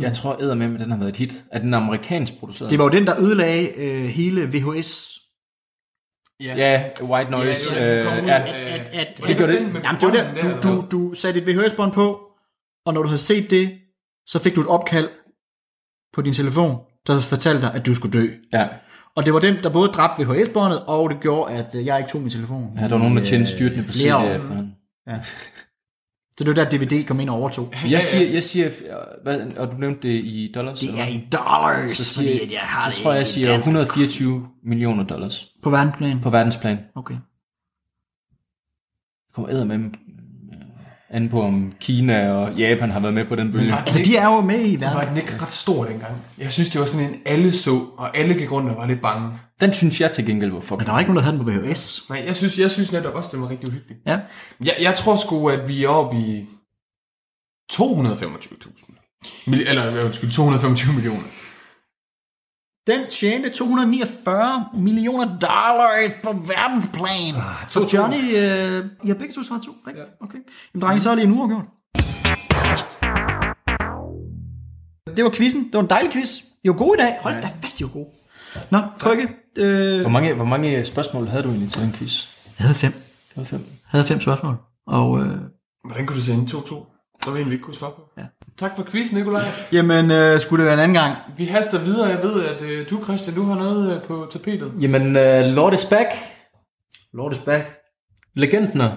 Speaker 6: Jeg tror eddermame, at den har været et hit. Er den amerikansk produceret?
Speaker 2: Det var jo den, der ødelagde øh, hele VHS.
Speaker 6: Ja, White Noise.
Speaker 4: Ja, det var den, der kom
Speaker 6: øh,
Speaker 4: ud.
Speaker 6: ja,
Speaker 2: At, at, at, at,
Speaker 4: Hvordan
Speaker 6: gør
Speaker 4: er
Speaker 6: det.
Speaker 4: den med
Speaker 2: Jamen, det var
Speaker 4: brønden
Speaker 2: der, du,
Speaker 4: eller
Speaker 2: du, du satte et VHS-bånd på, og når du havde set det, så fik du et opkald på din telefon, der fortalte dig, at du skulle dø.
Speaker 6: ja.
Speaker 2: Og det var den, der både dræbte VHS-båndet, og det gjorde, at øh, jeg ikke tog min telefon.
Speaker 6: ja, der var nogen, der tjente styrtende på CD
Speaker 2: Øh, flere år.
Speaker 6: efterhånden.
Speaker 2: Så det var der, DVD kom ind og overtog.
Speaker 6: Jeg siger, jeg siger øh, hvad, og du nævnte det i dollars?
Speaker 2: Det
Speaker 6: eller
Speaker 2: er
Speaker 6: hvad?
Speaker 2: i dollars,
Speaker 6: Så
Speaker 2: fordi
Speaker 6: siger-
Speaker 2: at jeg har
Speaker 6: så
Speaker 2: det
Speaker 6: tror jeg, jeg
Speaker 2: i
Speaker 6: siger
Speaker 2: dansk-
Speaker 6: 124 millioner dollars
Speaker 2: På verdensplan.
Speaker 6: på verdensplan.
Speaker 2: Okay.
Speaker 6: Jeg kommer æder med an på, om Kina og Japan har været med på den bølge.
Speaker 2: Altså, de er jo med i
Speaker 4: Var
Speaker 2: verden.
Speaker 4: den ikke ret stor dengang? Jeg synes, det var sådan en alle så, og alle gik rundt og var lidt bange.
Speaker 6: Den synes jeg til gengæld var
Speaker 2: Men
Speaker 6: fucking.
Speaker 2: der var ikke nogen, der havde den på VHS.
Speaker 4: Nej, jeg synes, jeg synes netop også, det var rigtig uhyggeligt.
Speaker 2: Ja.
Speaker 4: Jeg, jeg tror sgu, at vi er oppe i 225.000. Mil- eller, øh, undskyld, 225 millioner.
Speaker 2: Den tjente 249 millioner dollars på verdensplan. Så Johnny, øh, I har begge to svaret to, ikke? Okay. Jamen, drenge, så er det en uafgjort. Det var quizzen. Det var en dejlig quiz. I var gode i dag. Hold da fast, I var gode. Nå, krykke. Øh,
Speaker 6: Hvor mange, hvor mange spørgsmål havde du egentlig til den quiz?
Speaker 2: jeg havde fem.
Speaker 6: Det var fem.
Speaker 2: havde fem spørgsmål. Og øh,
Speaker 4: Hvordan kunne det se ind 2-2? Der var en, vi ikke kunne svare på. Ja. Tak for quiz, Nikolaj.
Speaker 2: jamen, øh, skulle det være en anden gang?
Speaker 4: Vi haster videre. Jeg ved, at øh, du, Christian, du har noget øh, på tapetet.
Speaker 6: Jamen, uh, Lord is back.
Speaker 2: Lord is back.
Speaker 6: Legendner.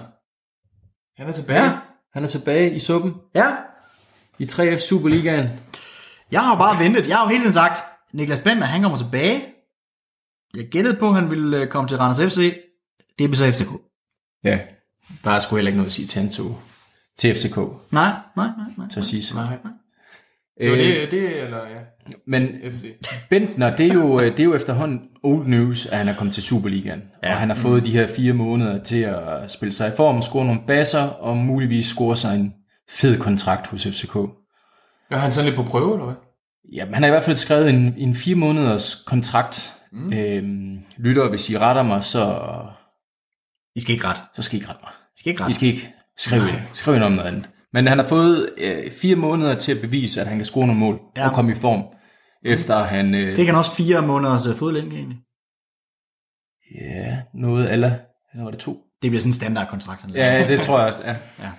Speaker 4: Han er tilbage. Ja.
Speaker 6: Han er tilbage i suppen
Speaker 2: Ja,
Speaker 6: i 3F Superligaen.
Speaker 2: jeg har jo bare ventet. Jeg har jo hele tiden sagt, Niklas Bender, han kommer tilbage. Jeg gættede på, at han ville øh, komme til Randers FC. Det blev så FCK.
Speaker 6: Ja, der er sgu heller ikke noget at sige til han tog til FCK,
Speaker 2: Nej, nej, nej, nej.
Speaker 6: så at sige.
Speaker 4: Nej. Det, var
Speaker 6: Øh,
Speaker 4: det, det, eller ja,
Speaker 6: men øh,
Speaker 4: FC.
Speaker 6: Bentner, det er, jo, øh, det er jo efterhånden old news, at han er kommet til Superligaen. Ja. Og han har fået de her fire måneder til at spille sig i form, score nogle basser og muligvis score sig en fed kontrakt hos FCK.
Speaker 4: Er han sådan lidt på prøve, eller hvad?
Speaker 6: Jamen, han har i hvert fald skrevet en, en fire måneders kontrakt. Mm. Øhm, lytter, hvis I retter mig, så,
Speaker 2: I skal ikke ret.
Speaker 6: så skal I ikke rette mig.
Speaker 2: I skal ikke
Speaker 6: I
Speaker 2: ret.
Speaker 6: skal ikke skrive, skrive noget om noget andet. Men han har fået øh, fire måneder til at bevise, at han kan score nogle mål ja. og komme i form. Efter han... Øh,
Speaker 2: Fik han også fire måneders øh, fodlænke egentlig?
Speaker 6: Ja, noget eller... Eller var det to?
Speaker 2: Det bliver sådan en standardkontrakt, han laver.
Speaker 6: Ja, det tror jeg. Ja.
Speaker 2: Ja.
Speaker 6: ja.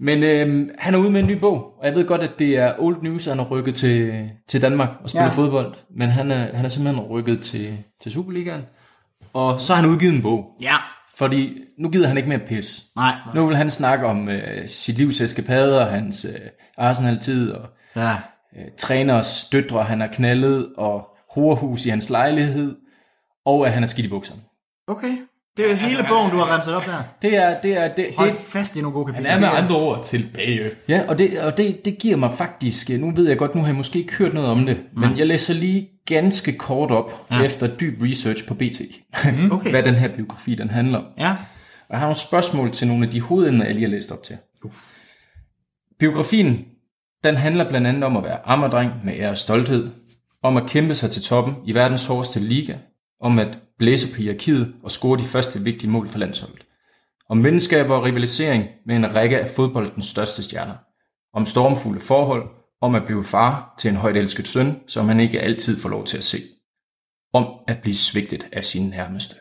Speaker 6: Men øhm, han er ude med en ny bog, og jeg ved godt, at det er old news, at han er rykket til, til Danmark og spiller
Speaker 2: Ja.
Speaker 6: ja. fodbold, men han er, han er simpelthen rykket til, til Superligaen, og så har han udgivet en bog,
Speaker 2: ja.
Speaker 6: fordi nu gider han ikke mere pis.
Speaker 2: Nej.
Speaker 6: Nu vil han snakke om øh, sit livs eskapader, hans øh, Arsenal-tid, og
Speaker 2: Ja.
Speaker 6: øh, træners døtre, han har knaldet, og horehus i hans lejlighed, og at han er skidt i bukserne.
Speaker 2: Okay. Det er hele bogen, du har remset op der.
Speaker 6: Det er, det er, det,
Speaker 2: Hold
Speaker 6: det,
Speaker 2: fast, det er nogle gode kapitler.
Speaker 4: Ja, med andre ord tilbage.
Speaker 6: Ja, og, det, og det, det giver mig faktisk, øh, nu ved jeg godt, nu har jeg måske ikke hørt noget om det, mm. men jeg læser lige ganske kort op ja. efter dyb research på BT, mm.
Speaker 2: Okay.
Speaker 6: hvad den her biografi den handler om.
Speaker 2: Ja.
Speaker 6: Og jeg har nogle spørgsmål til nogle af de hovedemner, jeg lige har læst op til. Biografien, den handler blandt andet om at være ammerdreng med ære og stolthed, om at kæmpe sig til toppen i verdens hårdeste liga, om at blæse på hierarkiet og score de første vigtige mål for landsholdet. Om venskaber og rivalisering med en række af fodboldens største stjerner. Om stormfulde forhold, om at blive far til en højt elsket søn, som han ikke altid får lov til at se. Om at blive svigtet af sine nærmeste.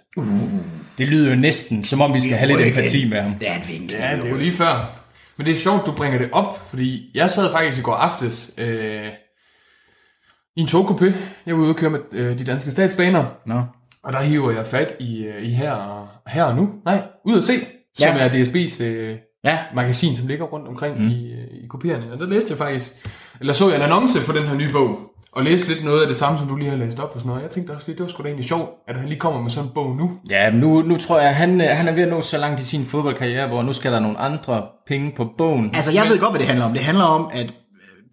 Speaker 6: Det lyder jo næsten, som om vi skal have lidt empati med ham.
Speaker 2: Det er en vinkel.
Speaker 4: Ja, det er jo lige før. Men det er sjovt, du bringer det op, fordi jeg sad faktisk i går aftes øh, i en togkupé. Jeg var ude og køre med øh, de danske statsbaner,
Speaker 2: Nå.
Speaker 4: og der hiver jeg fat i, øh, i her, og, her og nu. Nej, ud at se, ja. som er DSB's øh,
Speaker 2: Ja.
Speaker 4: magasin, som ligger rundt omkring mm. i, øh, i kopierne. Og der læste jeg faktisk, eller så jeg en annonce for den her nye bog, og læste lidt noget af det samme, som du lige har læst op og sådan noget. Jeg tænkte også lidt, det var sgu da egentlig sjovt, at han lige kommer med sådan en bog nu.
Speaker 6: Ja, men nu, nu tror jeg, at han, øh, han er ved at nå så langt i sin fodboldkarriere, hvor nu skal der nogle andre penge på bogen.
Speaker 2: Altså, jeg ved godt, hvad det handler om. Det handler om, at øh,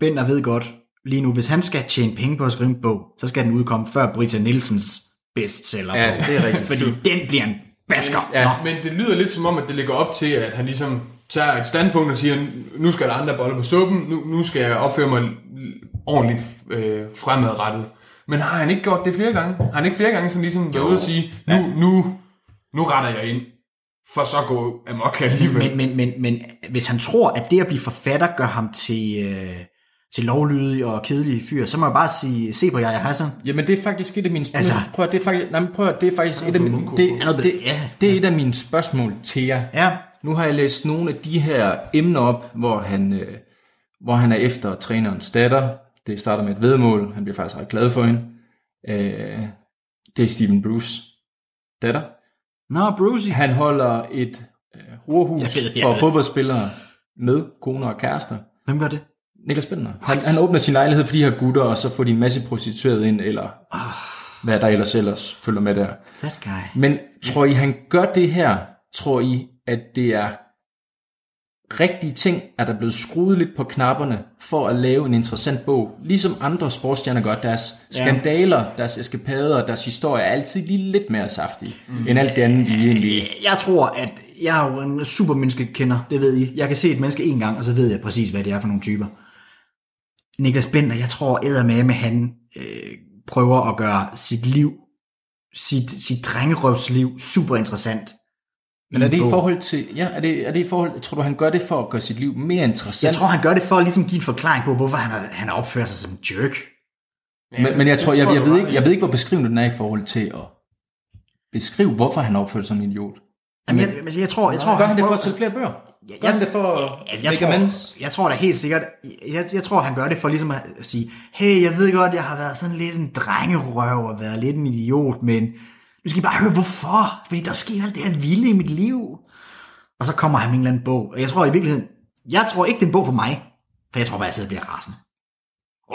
Speaker 2: Bender ved godt lige nu, hvis han skal tjene penge på at skrive en bog, så skal den udkomme før Brita Nielsens bestseller.
Speaker 6: Ja, det er rigtigt.
Speaker 2: Fordi den bliver en basker. Ja. Nå.
Speaker 4: Ja. Men det lyder lidt som om, at det ligger op til, at han ligesom tager et standpunkt og siger, nu skal der andre boller på suppen, nu, nu skal jeg opføre mig l- ordentligt øh, fremadrettet. Men har han ikke gjort det flere gange? Har han ikke flere gange sådan ligesom været ude og sige, nu, ja. nu, nu retter jeg ind, for så går amok alligevel.
Speaker 2: Men, men, men, men hvis han tror, at det at blive forfatter gør ham til, øh, til lovlydig og kedelig fyr, så må jeg bare sige, se på Jaja Hassan.
Speaker 6: Jamen, det er faktisk et af mine
Speaker 2: Altså-
Speaker 6: spørgsmål. Altså, prøv, at- det er faktisk, nej, men prøv, at- det er faktisk et af mine, det,
Speaker 2: Han er blevet-
Speaker 6: det, det,
Speaker 2: ja.
Speaker 6: det er et af mine spørgsmål til jer.
Speaker 2: Ja,
Speaker 6: Nu har jeg læst nogle af de her emner op, hvor han, øh, hvor han er efter trænerens datter. Det starter med et vedmål. Han bliver faktisk ret glad for hende. Øh, det er Stephen Bruce datter.
Speaker 2: nå, Brucey.
Speaker 6: Han holder et øh, horhus
Speaker 2: Jeg ved, jeg
Speaker 6: for
Speaker 2: ved.
Speaker 6: fodboldspillere med koner og kærester.
Speaker 2: Hvem gør det?
Speaker 6: Niklas Bender. Han, han åbner sin lejlighed for de her gutter, og så får de en masse prostitueret ind, eller hvad der ellers ellers følger med der.
Speaker 2: Ah, That guy.
Speaker 6: Men tror I, han gør det her? Tror I, at det er rigtige ting, at der er blevet skruet lidt på knapperne for at lave en interessant bog, ligesom andre sportsstjerner gør. Deres skandaler, deres eskapader, deres historie er altid lige lidt mere saftige, mm. end alt det andet, de egentlig...
Speaker 2: Øh, Jeg tror, at jeg er jo en super menneskekender, det ved I. Jeg kan se et menneske en gang, og så ved jeg præcis, hvad det er for nogle typer. Niklas Bender, jeg tror eddermame, han øh, prøver at gøre sit liv, sit, sit drengerøvsliv super interessant.
Speaker 6: Men er det i
Speaker 2: bog.
Speaker 6: forhold til... Ja, er det, er det i forhold... Tror du, han gør det for at gøre sit liv mere interessant?
Speaker 2: Jeg tror, han gør det for at ligesom give en forklaring på, hvorfor han har, han har opført sig som en jerk.
Speaker 6: Men, men jeg tror, jeg, jeg, ved ikke, jeg ved ikke, hvor beskrivende den er i forhold til at beskrive, hvorfor han opførte sig som en idiot.
Speaker 2: Jamen, jeg, jeg, jeg tror, jeg tror,
Speaker 6: Gør han det for
Speaker 2: prøver-
Speaker 6: at sælge flere bøger? Gør
Speaker 2: jeg-
Speaker 6: han det for
Speaker 2: Altså,
Speaker 6: at
Speaker 2: jeg,
Speaker 6: lægge amends?
Speaker 2: tror, jeg tror da helt sikkert, jeg, jeg tror han gør det for ligesom at sige, hey, jeg ved godt, jeg har været sådan lidt en drengerøv og været lidt en idiot, men nu skal I bare høre, hvorfor? Fordi der sker alt det her vilde i mit liv. Og så kommer han med en eller anden bog, og jeg tror i virkeligheden, jeg tror ikke, det er en bog for mig, for jeg tror bare, jeg sidder og bliver rasende.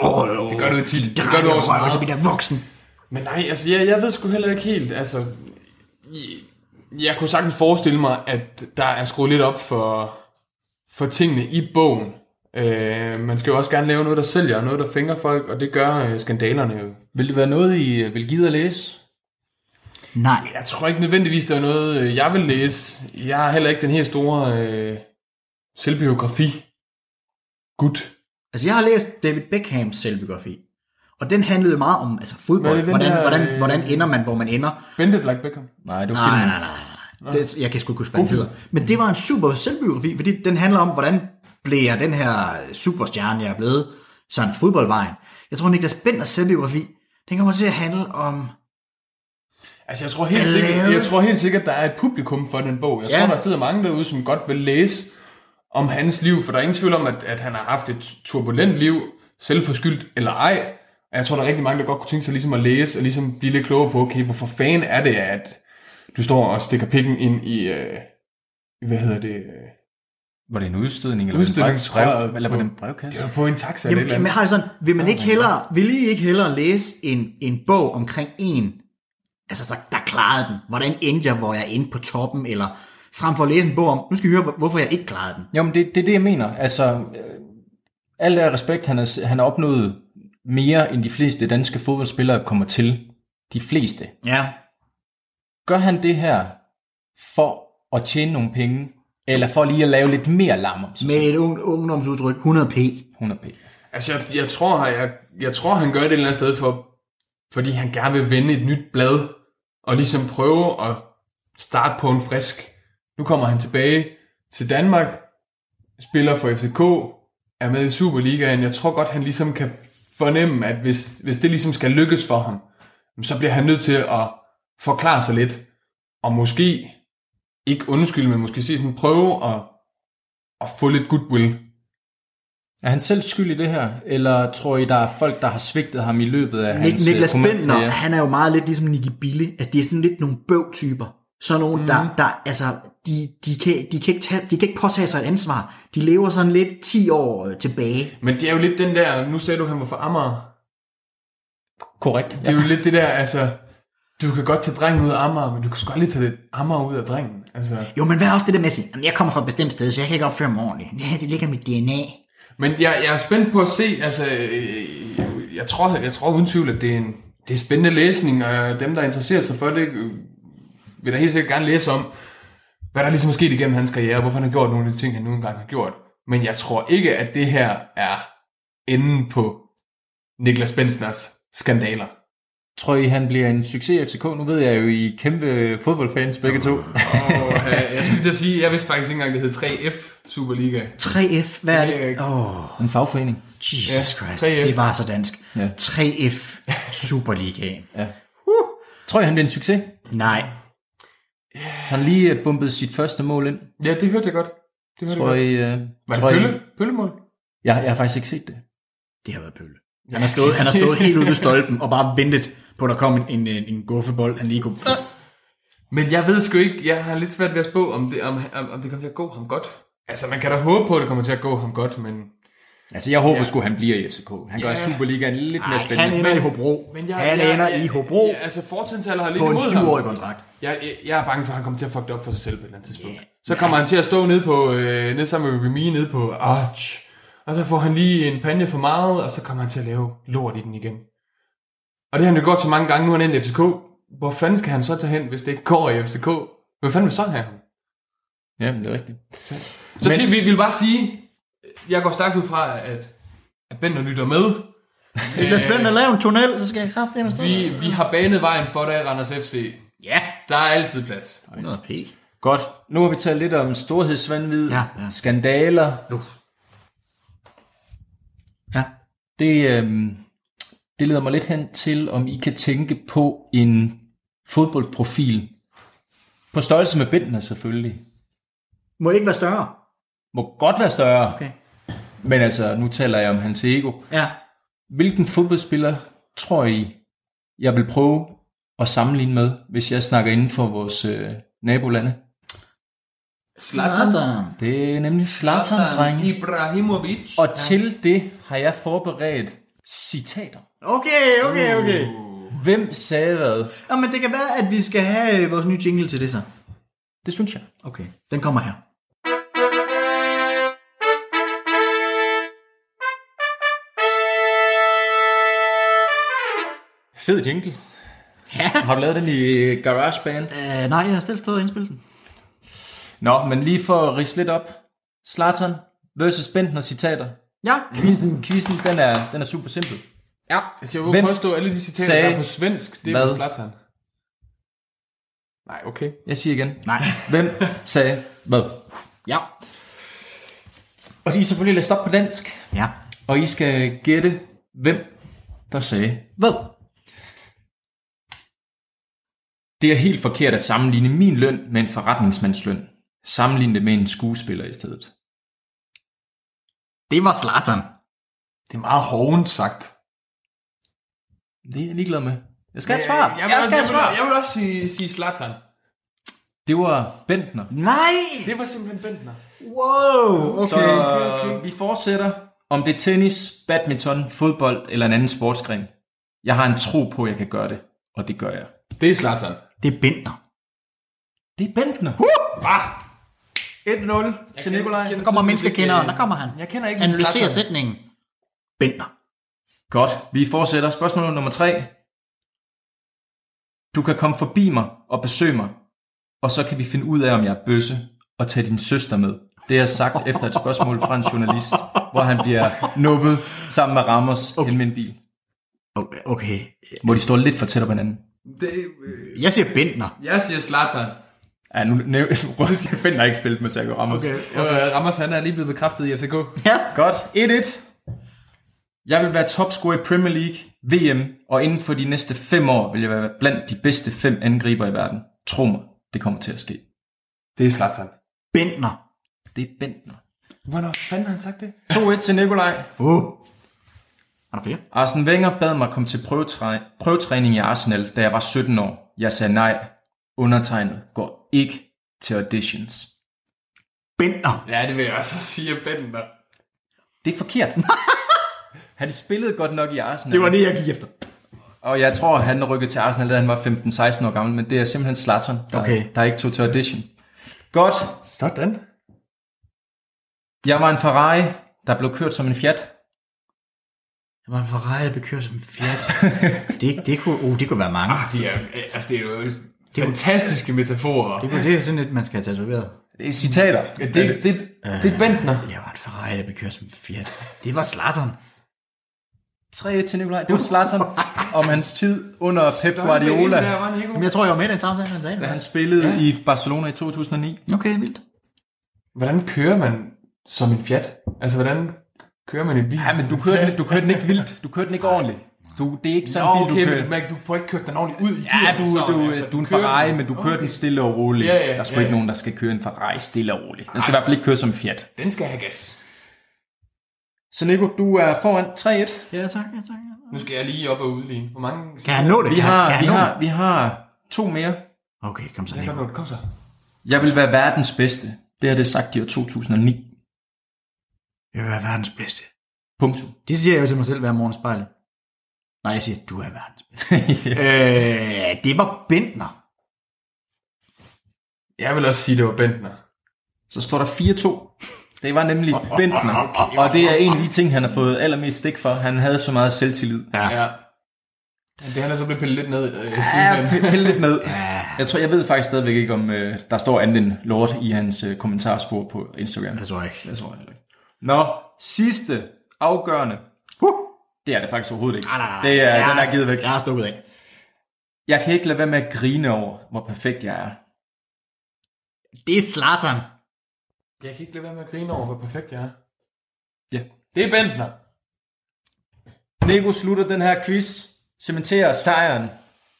Speaker 2: Åh, oh,
Speaker 4: Det gør du jo tit. Det gør du også
Speaker 2: Og så
Speaker 4: meget.
Speaker 2: bliver jeg voksen.
Speaker 4: Men nej, altså jeg, jeg ved sgu heller ikke helt, altså... Jeg, jeg kunne sagtens forestille mig, at der er skruet lidt op for, for tingene i bogen. Øh, man skal jo også gerne lave noget, der sælger, og noget, der fænger folk, og det gør øh, skandalerne jo.
Speaker 6: Vil det være noget, I øh, vil give at læse?
Speaker 2: Nej,
Speaker 4: Jeg tror ikke nødvendigvis, det er noget, øh, jeg vil læse. Jeg har heller ikke den helt store øh, selvbiografi. Gud.
Speaker 2: Altså, jeg har læst David Beckhams selvbiografi, og den handlede jo meget om altså, fodbold.
Speaker 4: Hvad er det, den
Speaker 2: hvordan,
Speaker 4: der,
Speaker 2: hvordan,
Speaker 4: øh,
Speaker 2: hvordan ender man, hvor man ender?
Speaker 4: Bente Black Beckham.
Speaker 6: Nej, det var
Speaker 2: Nej,
Speaker 6: filmen.
Speaker 2: nej, nej, nej. Det, jeg kan sgu ikke huske, hvad den hedder. Men det var en super selvbiografi, fordi den handler om, hvordan blev jeg den her superstjerne, jeg er blevet, sådan fodboldvejen. Jeg tror, Niklas Benders selvbiografi, den kommer til at handle om...
Speaker 4: Altså, jeg tror, helt
Speaker 2: Ballade.
Speaker 4: sikkert, jeg tror helt sikkert, der er et publikum for den bog. Jeg
Speaker 2: Ja.
Speaker 4: ja. tror, der sidder mange derude, som godt vil læse om hans liv, for der er ingen tvivl om, at, at han har haft et turbulent liv, selvforskyldt eller ej. Og jeg tror, der er rigtig mange, der godt kunne tænke sig ligesom at læse, og ligesom blive lidt klogere på, okay, hvorfor fanden er det, at du står og stikker pikken ind i, øh, hvad hedder det, øh,
Speaker 6: Var det en udstødning? Eller var det en brev-
Speaker 4: Udstødningsrøret
Speaker 6: brev- Eller var det en
Speaker 4: det
Speaker 6: brevkasse?
Speaker 4: var på en taxa
Speaker 2: Jamen,
Speaker 4: eller et
Speaker 2: jamen, jeg
Speaker 4: eller
Speaker 2: har det sådan, vil man ikke hellere, vil I ikke hellere læse en, en bog omkring en, altså der, der klarede den? Hvordan endte jeg, hvor jeg endte på toppen? Eller frem for at læse en bog om, nu skal I høre, hvor- hvorfor jeg ikke klarede den.
Speaker 6: Jo, men det, det er det, jeg mener. Altså, øh, alt er respekt, han har han har opnået mere, end de fleste danske fodboldspillere kommer til. De fleste.
Speaker 2: Ja,
Speaker 6: Gør han det her for at tjene nogle penge, eller for lige at lave lidt mere larm om sig
Speaker 2: med
Speaker 6: selv?
Speaker 2: et ung, ungdomsudtryk, 100p.
Speaker 6: 100 p.
Speaker 4: Altså, jeg, jeg, tror, jeg, jeg tror, han gør det et eller andet sted, for, fordi han gerne vil vende et nyt blad, og ligesom prøve at starte på en frisk. Nu kommer han tilbage til Danmark, spiller for FCK, er med i Superligaen. Jeg tror godt, han ligesom kan fornemme, at hvis, hvis det ligesom skal lykkes for ham, så bliver han nødt til at forklare sig lidt, og måske ikke undskylde, men måske sige sådan, prøve at, at få lidt goodwill
Speaker 6: Er han selv skyld i det her, eller tror I, der er folk, der har svigtet ham i løbet af
Speaker 2: Nik-
Speaker 6: hans øh,
Speaker 2: Niklas Bentner,
Speaker 6: romankarriere?
Speaker 2: han er jo meget lidt ligesom Nicky Bille. Altså, det er sådan lidt nogle bøvtyper. Sådan nogle, mm. der, der, altså, de, de, kan, de, kan ikke tage, de kan ikke påtage sig et ansvar. De lever sådan lidt 10 år øh, tilbage.
Speaker 4: Men det er jo lidt den der, nu sagde du, han var fra Amager.
Speaker 6: Korrekt.
Speaker 4: Det
Speaker 6: Ja.
Speaker 4: er jo lidt det der, altså, du kan godt tage drengen ud af Amager, men du kan sgu aldrig tage det Amager ud af drengen. Altså,
Speaker 2: Jo, men hvad er også det der med at sige, "Jamen, jeg kommer fra et bestemt sted, så jeg kan ikke opføre mig ordentligt. Ja, det ligger i mit DNA.
Speaker 4: men jeg, jeg er spændt på at se, altså, øh, jeg tror, jeg tror uden tvivl, at det er, en, det er spændende læsning, og dem, der interesserer sig for det, øh, vil da helt sikkert gerne læse om, hvad der ligesom er sket igennem hans karriere, og hvorfor han har gjort nogle af de ting, han nu engang har gjort. Men jeg tror ikke, at det her er enden på Niklas Bensners skandaler.
Speaker 6: Tror I, han bliver en succes i FCK? Nu ved jeg jo, I er kæmpe fodboldfans begge to.
Speaker 4: Og, øh, jeg skulle til at sige, jeg vidste faktisk ikke engang, det hed 3F Superliga.
Speaker 2: 3F, hvad er
Speaker 4: Det er
Speaker 2: det?
Speaker 4: ikke-
Speaker 2: Åh, oh,
Speaker 6: En fagforening.
Speaker 2: Jesus
Speaker 4: Ja,
Speaker 2: Christ,
Speaker 4: 3F.
Speaker 2: det var så dansk.
Speaker 6: Ja.
Speaker 2: 3F Superligaen.
Speaker 6: Tror I, han bliver en succes?
Speaker 2: Nej,
Speaker 6: Han lige øh, bumpede sit første mål ind.
Speaker 4: Ja, det hørte jeg godt. Det hørte
Speaker 6: Tror
Speaker 4: jeg
Speaker 6: I... Øh,
Speaker 4: godt.
Speaker 6: tror
Speaker 4: Var det
Speaker 6: I-
Speaker 4: pølle? Pøllemål?
Speaker 6: Jeg, jeg har faktisk ikke set det.
Speaker 2: det har været pølle. Han har, stået, han har stået helt ude ved stolpen og bare ventet på, at der kom en, en, en, en guffebold, han lige kunne...
Speaker 4: Men jeg ved sgu ikke, jeg har lidt svært ved at spå, om det, om, om, om det kommer til at gå ham godt. Altså, man kan da håbe på, at det kommer til at gå ham godt, men...
Speaker 6: Altså, jeg håber ja. sgu, han bliver i FCK. Han gør
Speaker 4: Ja.
Speaker 6: Superligaen lidt mere
Speaker 2: Ej,
Speaker 6: spændende.
Speaker 2: han ender i Hobro.
Speaker 4: men jeg,
Speaker 2: han
Speaker 4: jeg,
Speaker 2: ender
Speaker 4: jeg,
Speaker 2: i Hobro
Speaker 4: Jeg, altså, fortidens har lidt
Speaker 2: på en
Speaker 4: imod ham.
Speaker 2: syvårig kontrakt.
Speaker 4: Jeg, jeg, jeg er bange for, at han kommer til at fuck det op for sig selv på et eller andet tidspunkt. Yeah. Så kommer han til at stå nede, på, øh, nede sammen med Remy nede på Arch. Og så får han lige en panje for meget, og så kommer han til at lave lort i den igen. Og det har han jo gjort så mange gange, nu er han endt i FCK. Hvor fanden skal han så tage hen, hvis det ikke går i FCK? Hvad fanden vil så have ham?
Speaker 6: Ja, det er rigtigt.
Speaker 4: Så Men... vi vil bare sige, jeg går stærkt ud fra, at, at Bender lytter med.
Speaker 2: Niklas Bender lave en tunnel, så skal jeg kraftedeme stå.
Speaker 4: Vi, vi har banet vejen for dig, Randers FC.
Speaker 2: Ja,
Speaker 4: Der er altid plads.
Speaker 2: 100 p.
Speaker 6: Godt. Nu har vi talt lidt om storhedsvandvid,
Speaker 2: Ja, ja.
Speaker 6: skandaler.
Speaker 2: Ja.
Speaker 6: Det, øhm, det leder mig lidt hen til, om I kan tænke på en fodboldprofil. På størrelse med bindene selvfølgelig.
Speaker 2: Må ikke være større.
Speaker 6: Må godt være større.
Speaker 2: Okay.
Speaker 6: Men altså, nu taler jeg om hans ego.
Speaker 2: Ja.
Speaker 6: Hvilken fodboldspiller tror I, jeg vil prøve at sammenligne med, hvis jeg snakker inden for vores øh, nabolande?
Speaker 2: Zlatan.
Speaker 6: Det er nemlig Zlatan, drenge.
Speaker 4: Ibrahimovic.
Speaker 6: Og til det har jeg forberedt citater.
Speaker 2: Okay, okay,
Speaker 6: Uh.
Speaker 2: okay.
Speaker 6: Hvem sagde hvad?
Speaker 2: Nå, men det kan være, at vi skal have øh, vores nye jingle til det så.
Speaker 6: Det synes jeg.
Speaker 2: Okay, den kommer her.
Speaker 6: Fed jingle. Ja. Har du lavet den i øh, GarageBand?
Speaker 2: Uh, nej, jeg har selv stået og indspillet den.
Speaker 6: Nå, men lige for at ridse lidt op. Zlatan versus Bentner citater.
Speaker 2: Ja.
Speaker 6: Quizzen, quizzen den, er, den er super simpel.
Speaker 4: Altså, jeg vil
Speaker 6: Hvem
Speaker 4: påstå, at alle de citater,
Speaker 6: sagde
Speaker 4: der er på svensk, det er
Speaker 6: hvad?
Speaker 4: med Zlatan. Nej, okay.
Speaker 6: Jeg siger igen.
Speaker 2: Nej.
Speaker 6: Hvem sagde hvad?
Speaker 2: Ja.
Speaker 6: Og de er selvfølgelig læst op på dansk.
Speaker 2: Ja.
Speaker 6: Og I skal gætte, hvem der sagde hvad. Det er helt forkert at sammenligne min løn med en forretningsmands løn. Sammenligne det med en skuespiller i stedet.
Speaker 5: Det var Zlatan.
Speaker 4: Det er meget hovent sagt.
Speaker 6: Det er jeg ligeglad med. Jeg skal have et svar.
Speaker 4: Jeg,
Speaker 6: Jeg skal have et
Speaker 4: jeg,
Speaker 6: svar.
Speaker 4: vil, jeg vil også sige, sige Zlatan.
Speaker 6: Det var Bentner.
Speaker 2: Nej!
Speaker 4: Det var simpelthen Bentner.
Speaker 2: Wow,
Speaker 6: Så
Speaker 2: okay. Så...
Speaker 6: øh, vi fortsætter. Om det er tennis, badminton, fodbold eller en anden sportsgren. Jeg har en tro på, at jeg kan gøre det. Og det gør jeg.
Speaker 4: Det er Zlatan.
Speaker 2: Det er Bentner.
Speaker 6: Det er Bentner. Uh! 1-0 til Nikolaj.
Speaker 2: Der kommer
Speaker 4: øh,
Speaker 2: menneskekenderen, der kommer han.
Speaker 4: Jeg kender ikke
Speaker 2: Analyserer øh, sætningen. Bentner.
Speaker 6: Godt. Vi fortsætter. Spørgsmål nummer 3. Du kan komme forbi mig og besøge mig, og så kan vi finde ud af, om jeg er bøsse, og tage din søster med. Det er sagt efter et spørgsmål fra en journalist, hvor han bliver nubbet sammen med Ramos okay. hen med en bil.
Speaker 2: Okay, okay.
Speaker 6: Hvor de står lidt for tæt op hinanden.
Speaker 4: Det, øh,
Speaker 2: Jeg siger Bentner.
Speaker 4: jeg siger Zlatan.
Speaker 6: Ja, nu nævner Bender ikke spillet med Sergio Ramos. Okay.
Speaker 4: Okay. Øh, Ramos, han er lige blevet bekræftet i FCK.
Speaker 2: Ja.
Speaker 6: Godt. 1-1. Jeg vil være topscorer i Premier League, VM, og inden for de næste 5 år vil jeg være blandt de bedste 5 angriber i verden. Tro mig, det kommer til at ske.
Speaker 4: Det er Zlatan.
Speaker 2: Bentner.
Speaker 6: Det er Bentner.
Speaker 4: Hvornår fanden har han sagt det?
Speaker 6: 2-1 til Nikolaj.
Speaker 2: Uh. Er der flere?
Speaker 6: Arsene Wenger bad mig komme til prøvetræ- prøvetræning i Arsenal, da jeg var 17 år. Jeg sagde nej. Undertegnet går ikke til auditions.
Speaker 2: Bentner.
Speaker 4: Ja, det vil jeg også sige, Bentner.
Speaker 6: Det er forkert. Han spillede godt nok i Arsenal.
Speaker 2: Det var det, jeg gik efter.
Speaker 6: Og jeg tror, han rykkede til Arsenal, da han var 15-16 år gammel, men det er simpelthen Zlatan, der,
Speaker 2: Okay.
Speaker 6: der ikke tog til audition. Godt.
Speaker 4: Sådan.
Speaker 6: Jeg var en Ferrari, der blev kørt som en Fiat.
Speaker 2: Det var en Ferrari, der blev kørt som en Fiat. det, det, kunne, uh, det kunne være mange.
Speaker 4: De er, øh, altså, det er jo fantastiske metaforer.
Speaker 2: Det, kunne, det er sådan lidt, man skal have tatoveret.
Speaker 6: Det er citater.
Speaker 4: Det, det, det, det er Bentner.
Speaker 2: Jeg var en Ferrari, der blev kørt som en Fiat. Det var Zlatan.
Speaker 6: 3-1 til Nikolaj. Det var Zlatan om hans tid under Pep Guardiola,
Speaker 4: Der var Nico.
Speaker 2: Men jeg tror, jeg var med i den samtale, han sagde.
Speaker 6: da han spillede ja. i Barcelona i 2009.
Speaker 2: Okay, vildt.
Speaker 4: Hvordan kører man som en Fiat? Altså, hvordan kører man en bil?
Speaker 6: Ja, men du kørte, den- du kørte den ikke vildt. Du kørte den ikke ordentligt. Du, det er ikke sådan,
Speaker 4: Nå,
Speaker 6: en bil,
Speaker 4: okay,
Speaker 6: du
Speaker 4: men
Speaker 6: kører.
Speaker 4: man, du får ikke kørt den ordentligt ud i
Speaker 6: Ja, du,
Speaker 4: gear, så,
Speaker 6: du,
Speaker 4: altså,
Speaker 6: du er en
Speaker 4: kører
Speaker 6: Ferrari,
Speaker 4: den.
Speaker 6: men du kører den stille og roligt.
Speaker 4: Ja, ja,
Speaker 6: der er sgu
Speaker 4: ja,
Speaker 6: ikke
Speaker 4: ja.
Speaker 6: nogen, der skal køre en Ferrari stille og roligt. Den skal i hvert fald ikke køre som en Fiat.
Speaker 4: Den skal have gas.
Speaker 6: Så Nico, du er foran 3-1.
Speaker 2: Ja, tak. Ja, tak.
Speaker 4: Nu skal jeg lige op og udligne. Hvor mange...
Speaker 2: Kan han nå det?
Speaker 6: Vi
Speaker 2: Kan han- kan
Speaker 6: har,
Speaker 2: han
Speaker 6: vi,
Speaker 2: nå det?
Speaker 6: har, vi har to mere.
Speaker 2: Okay, kom så.
Speaker 4: Jeg kan
Speaker 2: Nico.
Speaker 4: nå det. Kom så.
Speaker 6: Jeg vil være verdens bedste. Det har det sagt i år 2009.
Speaker 2: Jeg vil være verdens bedste.
Speaker 6: Punktum.
Speaker 2: Det siger jeg jo til mig selv hver morgen i spejlet. Nej, jeg siger, du er verdens bedste. øh, det var Bentner.
Speaker 4: Jeg vil også sige, det var Bentner.
Speaker 6: Så står der 4-2. Det var nemlig Bentner. Og det er en af de ting, han har fået allermest stik for. Han havde så meget selvtillid.
Speaker 4: Ja. Men Det han er så blevet pillet lidt ned øh,
Speaker 6: Ja,
Speaker 4: sidenhen.
Speaker 6: p- pille lidt med. Jeg tror, jeg ved faktisk stadigvæk ikke, om øh, der står andet end Lord i hans øh, kommentarspor på Instagram.
Speaker 2: Jeg tror jeg ikke.
Speaker 6: Altså, Det tror jeg heller ikke. Nå, sidste afgørende.
Speaker 2: Uh!
Speaker 6: Det er det faktisk overhovedet ikke.
Speaker 2: Nej, nej, nej.
Speaker 6: Det er,
Speaker 2: Jeg
Speaker 6: den er givet væk.
Speaker 2: Jeg har stukket af.
Speaker 6: Jeg kan ikke lade være med at grine over, hvor perfekt jeg er.
Speaker 2: Det er Zlatan.
Speaker 4: Jeg kan ikke lade være med at grine over, hvor perfekt jeg er.
Speaker 6: Ja.
Speaker 4: Det er Bentner.
Speaker 6: Nego slutter den her quiz, cementerer sejren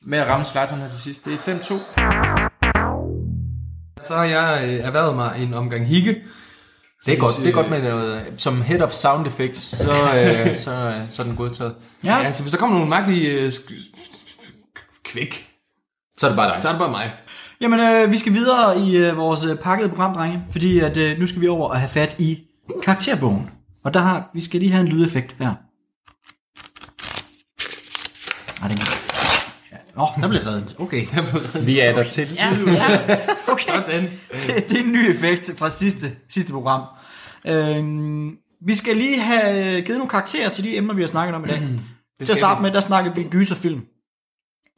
Speaker 6: med at ramme Zlatan her til sidst. Det er 5-2.
Speaker 4: Så har jeg øh, erhvervet mig en omgang hikke.
Speaker 6: Det er, godt,
Speaker 4: Hvis,
Speaker 6: det er godt
Speaker 4: øh,
Speaker 6: med noget, som head of sound effects, så, øh, så, øh, så er den godtaget.
Speaker 4: Ja. Altså, hvis der kommer nogle mærkelige øh, sk- kvæk,
Speaker 6: Så er det bare dig.
Speaker 4: så er det bare mig.
Speaker 2: Jamen, øh, vi skal videre i øh, vores øh, pakkede program, drenge, fordi at, øh, nu skal vi over og have fat i karakterbogen. Og der har, vi skal lige have en lydeffekt her. Nej, den Ja. Åh, oh, der blev reddet. Okay.
Speaker 6: Vi er der til.
Speaker 2: Ja, ja. Okay. Sådan. Det, det er en ny effekt fra sidste, sidste program. Øhm, vi skal lige have givet nogle karakterer til de emner, vi har snakket om i dag. Til at starte med, der snakkede vi gyserfilm.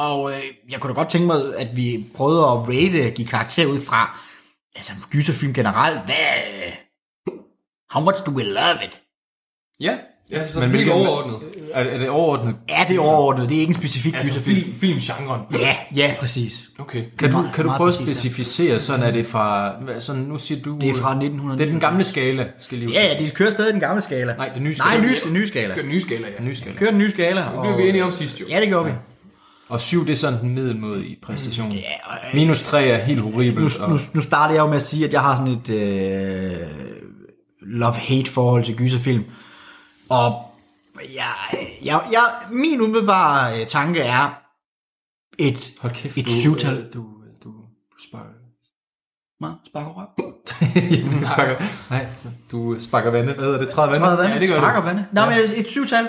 Speaker 2: Og øh, jeg kunne da godt tænke mig, at vi prøvede at rate, give karakter ud fra, altså gyserfilm generelt, hvad... How much do we love it?
Speaker 4: Ja, altså, så
Speaker 6: Men
Speaker 4: Men hvilket
Speaker 6: hvilken-
Speaker 4: overordnet.
Speaker 6: Er, er det overordnet?
Speaker 2: Ja, det er overordnet, det er ikke en specifik
Speaker 4: Altså,
Speaker 2: gyserfilm.
Speaker 4: film, filmgenren.
Speaker 2: Ja, ja, præcis.
Speaker 4: Okay.
Speaker 6: Kan du,
Speaker 2: meget-
Speaker 6: kan du
Speaker 2: meget
Speaker 6: prøve at
Speaker 2: præcist, ja.
Speaker 6: specificere, sådan er det fra... hvad- Sådan, nu siger du... øh,
Speaker 2: Det er fra 1900.
Speaker 6: Det er den gamle skala, skal jeg lige
Speaker 2: Ja, ja, de kører stadig den gamle skala.
Speaker 6: Nej, den nye skala.
Speaker 2: Nej, nye, den nye skala.
Speaker 4: Kør den nye skala, ja.
Speaker 6: Den nye skala.
Speaker 2: Kører den nye skala.
Speaker 4: Det blev vi enige om sidst jo.
Speaker 2: Ja, det gjorde vi.
Speaker 6: Og 7, det er sådan den middelmåde
Speaker 2: Mm,
Speaker 6: i præstationen. Minus 3 er helt
Speaker 2: Nu,
Speaker 6: horribelt.
Speaker 2: nu,
Speaker 6: Og,
Speaker 2: nu starter jeg jo med at sige, at jeg har sådan et øh, love-hate forhold til gyserfilm. Og jeg, jeg, jeg, min umiddelbare øh, tanke er et,
Speaker 6: hold kæft,
Speaker 2: et
Speaker 6: du-
Speaker 2: syvtal.
Speaker 4: Du, du, du sparer.
Speaker 2: Nå, Sparker røv.
Speaker 6: du sparker, nej, du sparker vandet. Hvad hedder det? 30 vandet?
Speaker 2: Træder vandet,
Speaker 4: Ja, det gør du.
Speaker 2: sparker vandet. Nej, men et syvtal.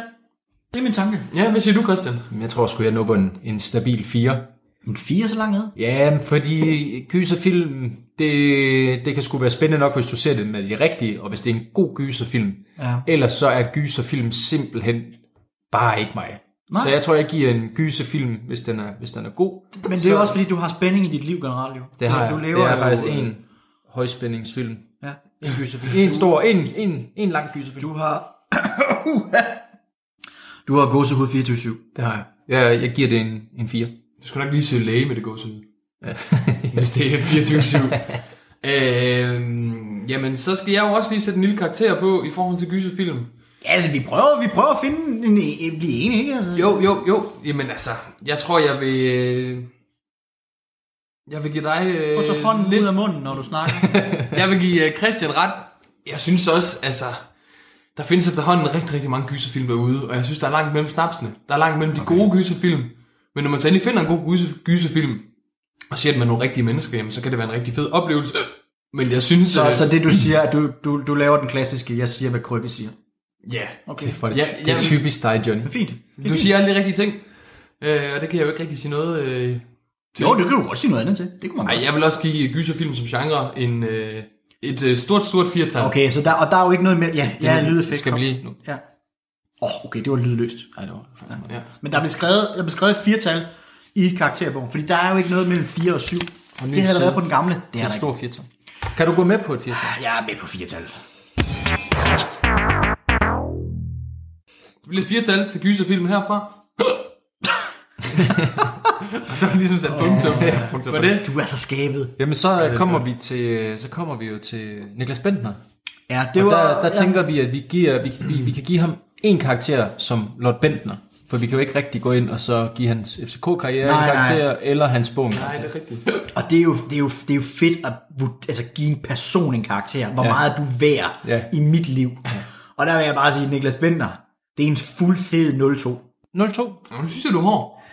Speaker 2: Det er min tanke.
Speaker 4: Ja, hvad siger du, Christian?
Speaker 6: Men Jeg tror sgu, jeg når på en, en stabil 4.
Speaker 2: En fire så langt ned.
Speaker 6: Ja, fordi gyserfilm, det, det kan sgu være spændende nok, hvis du ser det med de rigtige, og hvis det er en god gyserfilm.
Speaker 2: Ja.
Speaker 6: Ellers så er gyserfilm simpelthen bare ikke mig. Nej.
Speaker 2: Nej.
Speaker 6: Så jeg tror, jeg giver en gyserfilm, hvis den er, hvis den er god.
Speaker 2: Men det er jo også, fordi du har spænding i dit liv generelt, jo.
Speaker 6: Det har
Speaker 2: du
Speaker 6: jeg.
Speaker 2: lever
Speaker 6: det er
Speaker 2: jo,
Speaker 6: faktisk
Speaker 2: øh,
Speaker 6: en højspændingsfilm.
Speaker 2: Ja.
Speaker 6: En gyserfilm. En stor, en, en, en lang gyserfilm.
Speaker 2: Du har... du har gåsehud 24-7.
Speaker 6: Det har jeg. Jeg, jeg giver det en, en 4.
Speaker 4: Du skal nok lige søge læge med det gode side. Hvis det er 24-7. øhm, jamen, så skal jeg jo også lige sætte en lille karakter på i forhold til gyserfilm.
Speaker 2: Ja, altså, vi prøver, vi prøver at finde en, en, blive enige, ikke? Altså.
Speaker 4: Jo, jo, jo. Jamen altså, jeg tror, jeg vil... øh, Jeg vil give dig... øh,
Speaker 2: Prøv at tage hånden
Speaker 4: lidt-
Speaker 2: ud af munden, når du snakker.
Speaker 4: Jeg vil give øh, Christian ret. Jeg synes også, altså... Der findes efterhånden rigtig, rigtig mange gyserfilm derude, og jeg synes, der er langt mellem snapsene. Der er langt mellem de gode gyserfilm. Men når man så endelig finder en god gyser, gyserfilm, og ser den med nogle rigtige mennesker, jamen, så kan det være en rigtig fed oplevelse. Men jeg synes...
Speaker 2: så,
Speaker 4: øh,
Speaker 2: så det, du siger, at du, du, du laver den klassiske, jeg siger, hvad Krøkke siger.
Speaker 4: Ja.
Speaker 2: Okay,
Speaker 6: For det,
Speaker 4: Ja,
Speaker 6: ja, det er
Speaker 4: jamen-
Speaker 6: typisk dig, Johnny.
Speaker 2: fint.
Speaker 4: Du siger alle de rigtige ting, øh, og det kan jeg jo ikke rigtig sige noget... Øh.
Speaker 2: Jo, det kan du også sige noget andet til. Det kunne man
Speaker 4: Ej,
Speaker 2: godt.
Speaker 4: jeg vil også give gyserfilm som genre en, øh, et øh, stort, stort firtal.
Speaker 2: Okay, så der, og der er jo ikke noget imellem. Ja, ja lydeffekt.
Speaker 4: Skal vi lige nu?
Speaker 2: Ja. Åh, oh, okay, det var lydløst.
Speaker 4: Nej, det var fandme. Ja.
Speaker 2: Men der blev skrevet, der blev skrevet fire tal i karakterbogen, fordi der er jo ikke noget mellem 4 og 7. det havde der
Speaker 6: side.
Speaker 2: været på den gamle. Det
Speaker 6: Det
Speaker 2: er
Speaker 6: er
Speaker 2: der
Speaker 6: et
Speaker 2: ikke.
Speaker 6: stort firtal. Kan du gå med på et firtal?
Speaker 2: Jeg er med på fire tal.
Speaker 4: Det bliver et firtal til gyserfilm herfra. og så har vi ligesom sat punktum for det.
Speaker 2: Du er så skabet.
Speaker 6: Jamen så kommer vi til så kommer vi jo til Niklas Bentner.
Speaker 2: Ja, det
Speaker 6: Og
Speaker 2: var...
Speaker 6: der, der tænker vi at vi giver vi, vi, vi kan give ham en karakter som Lord Bentner, for vi kan jo ikke rigtig gå ind og så give hans FCK karriere
Speaker 2: Nej,
Speaker 6: en
Speaker 2: nej.
Speaker 6: karakter eller hans bog en karakter.
Speaker 4: er rigtigt.
Speaker 2: Og det er, jo, det, er jo, det er jo fedt at vurd- altså, give en person en karakter. Hvor ja. meget er du værd
Speaker 6: Ja.
Speaker 2: ja. i mit liv. Ja. Og der vil jeg bare sige, Niklas Bender, det er en fuld fed 02.
Speaker 6: 02.
Speaker 4: Nå, nu synes jeg, du er hård.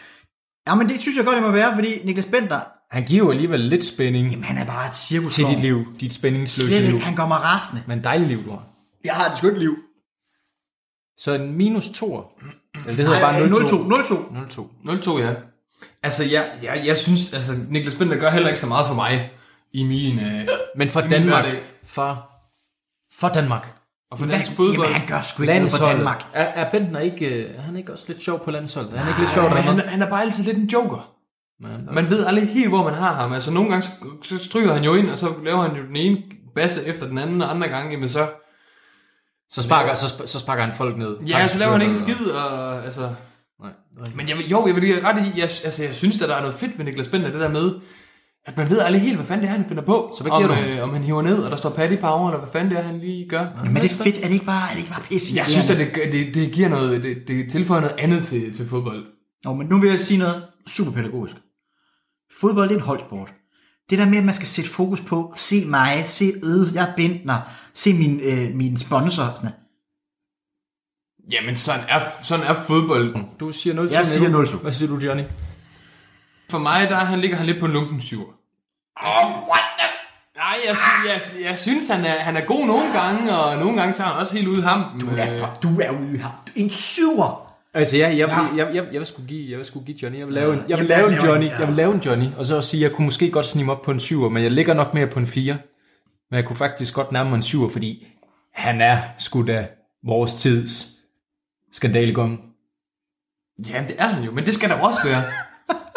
Speaker 2: Ja, men det synes jeg godt, det må være, fordi Niklas Bender,
Speaker 6: Han giver jo alligevel lidt spænding
Speaker 2: jamen, han er bare et
Speaker 6: til
Speaker 2: cirkusform.
Speaker 6: dit liv, dit spændingsløse
Speaker 2: Slet
Speaker 6: liv.
Speaker 2: ikke, han gør mig rasende.
Speaker 6: Men dejligt liv du har.
Speaker 2: Jeg har et skønt liv.
Speaker 6: Så en minus 2. Eller det
Speaker 2: Nej,
Speaker 6: hedder bare
Speaker 2: 02.
Speaker 6: 02.
Speaker 2: 02.
Speaker 6: 02.
Speaker 4: 0-2, ja. Altså, jeg, jeg, jeg synes, altså, Niklas Bender gør heller ikke så meget for mig i min... Øh,
Speaker 6: Men for
Speaker 4: min
Speaker 6: Danmark.
Speaker 4: hverdag.
Speaker 6: For, for Danmark.
Speaker 4: og for dansk
Speaker 2: Jamen,
Speaker 4: fodbold.
Speaker 2: han gør sgu ikke noget for
Speaker 6: Landsholdet.
Speaker 2: Danmark.
Speaker 6: Er, er Bentner ikke, øh, er han ikke også lidt sjov på landsholdet? Er han ikke lidt sjov
Speaker 4: Men han,
Speaker 6: der?
Speaker 4: han er bare altid lidt en joker. øh, Man ved aldrig helt, hvor man har ham. Altså, nogle gange, så, så stryger han jo ind, og så laver han jo den ene basse efter den anden, og andre gange, jamen så...
Speaker 6: Så sparker, så, sp- så sparker han folk ned.
Speaker 4: Ja, så laver han ikke en skid, og altså...
Speaker 6: Nej.
Speaker 4: Men jeg, vil- jo, jeg vil lige have ret i, jeg, altså, jeg synes, at der er noget fedt ved Niklas Bender, det der med, at man ved aldrig helt, hvad fanden det er, han finder på.
Speaker 5: Så hvad giver
Speaker 4: om,
Speaker 5: du?
Speaker 4: Øh, om han hiver ned, og der står Patty Power, eller hvad fanden det er, han lige gør.
Speaker 2: Men det er fedt. Er det ikke bare, er det ikke bare pisse?
Speaker 4: Altså, Jeg synes, at det, gør- det, det giver noget, det, det tilføjer noget andet til, til fodbold.
Speaker 2: Nå, men nu vil jeg sige noget super pædagogisk. Fodbold det er en holdsport. Det der med, at man skal sætte fokus på, se mig, se øde, jeg er bindner, se min, øh, min sponsor. Sådan noget.
Speaker 4: Jamen, sådan er, sådan er fodbolden.
Speaker 6: Du siger 0
Speaker 2: Jeg siger 0-2.
Speaker 6: Hvad siger du, Johnny?
Speaker 4: For mig, der er han, ligger han lidt på en lunken syver.
Speaker 2: Oh, what the?
Speaker 4: Nej, jeg, sy- jeg, sy- jeg synes, han er, han er god nogle gange, og nogle gange så er han også helt ude i hampen. øh. Du
Speaker 2: Ja, for du er ude i ham. Du er en syver.
Speaker 6: Altså, jeg, jeg, jeg, jeg, jeg, jeg, vil sgu give, jeg vil sgu give Johnny. Jeg vil lave en, jeg vil
Speaker 2: Jamen,
Speaker 6: lave en
Speaker 2: jeg laver
Speaker 6: Johnny.
Speaker 2: en, ja.
Speaker 6: Jeg vil lave en Johnny. Og så sige, jeg kunne måske godt snige mig op på en 7'er, men jeg ligger nok mere på en 4. Men jeg kunne faktisk godt nærme mig en 7'er, fordi han er sgu da vores tids skandalgong.
Speaker 4: Ja, det er han jo, men det skal der også være.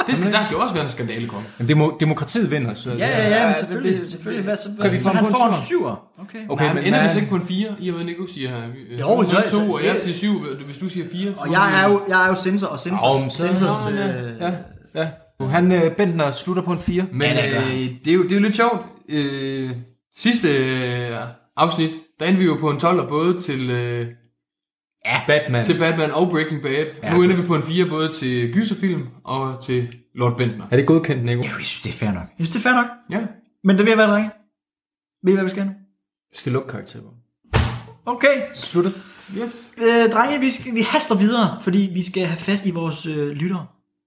Speaker 4: Det skal, der skal jo også være en skandale komme.
Speaker 6: Men demo, demokratiet vinder, så...
Speaker 2: Ja, ja, ja, men selvfølgelig.
Speaker 4: det- det-
Speaker 2: selvfølgelig. Hvad, så,
Speaker 6: Kan vi
Speaker 2: så
Speaker 6: få ham
Speaker 2: han
Speaker 6: på en
Speaker 2: får en
Speaker 6: syver?
Speaker 2: syver. Okay.
Speaker 4: Okay, Nej, men ender
Speaker 6: hvad-
Speaker 4: vi så ikke på en 4, i og med Nico siger
Speaker 2: Jo,
Speaker 4: øh, jo,
Speaker 2: så- så-
Speaker 4: 2, og
Speaker 2: så-
Speaker 4: jeg siger 7, hvis du siger 4.
Speaker 2: Og jeg er jo, jeg er jo sensor og sensor.
Speaker 6: Nå, men så-
Speaker 2: sensors,
Speaker 6: Nå, ja,
Speaker 2: øh,
Speaker 6: ja, ja. Nu, Han, øh, Bentner, slutter på en 4.
Speaker 4: Men
Speaker 2: Ja, det gør
Speaker 4: øh, det, er jo, det er jo lidt sjovt. Øh, sidste øh, afsnit, der endte vi jo på en 12'er både til, øh,
Speaker 6: Batman.
Speaker 4: til Batman og Breaking Bad. Ja. Nu ender vi på en 4 både til gyserfilm og til Lord Bentner.
Speaker 6: Er det godkendt, Nico?
Speaker 2: Jeg synes, det er fair nok. Jeg synes, det er fair nok.
Speaker 4: Ja.
Speaker 2: Men det vil jeg være, drenge. Ved I, hvad vi skal nu?
Speaker 6: Vi skal lukke karakterer.
Speaker 2: Okay,
Speaker 6: Slutter.
Speaker 4: Yes.
Speaker 2: øh, drenge, vi, skal, vi haster videre, fordi vi skal have fat i vores øh, lyttere.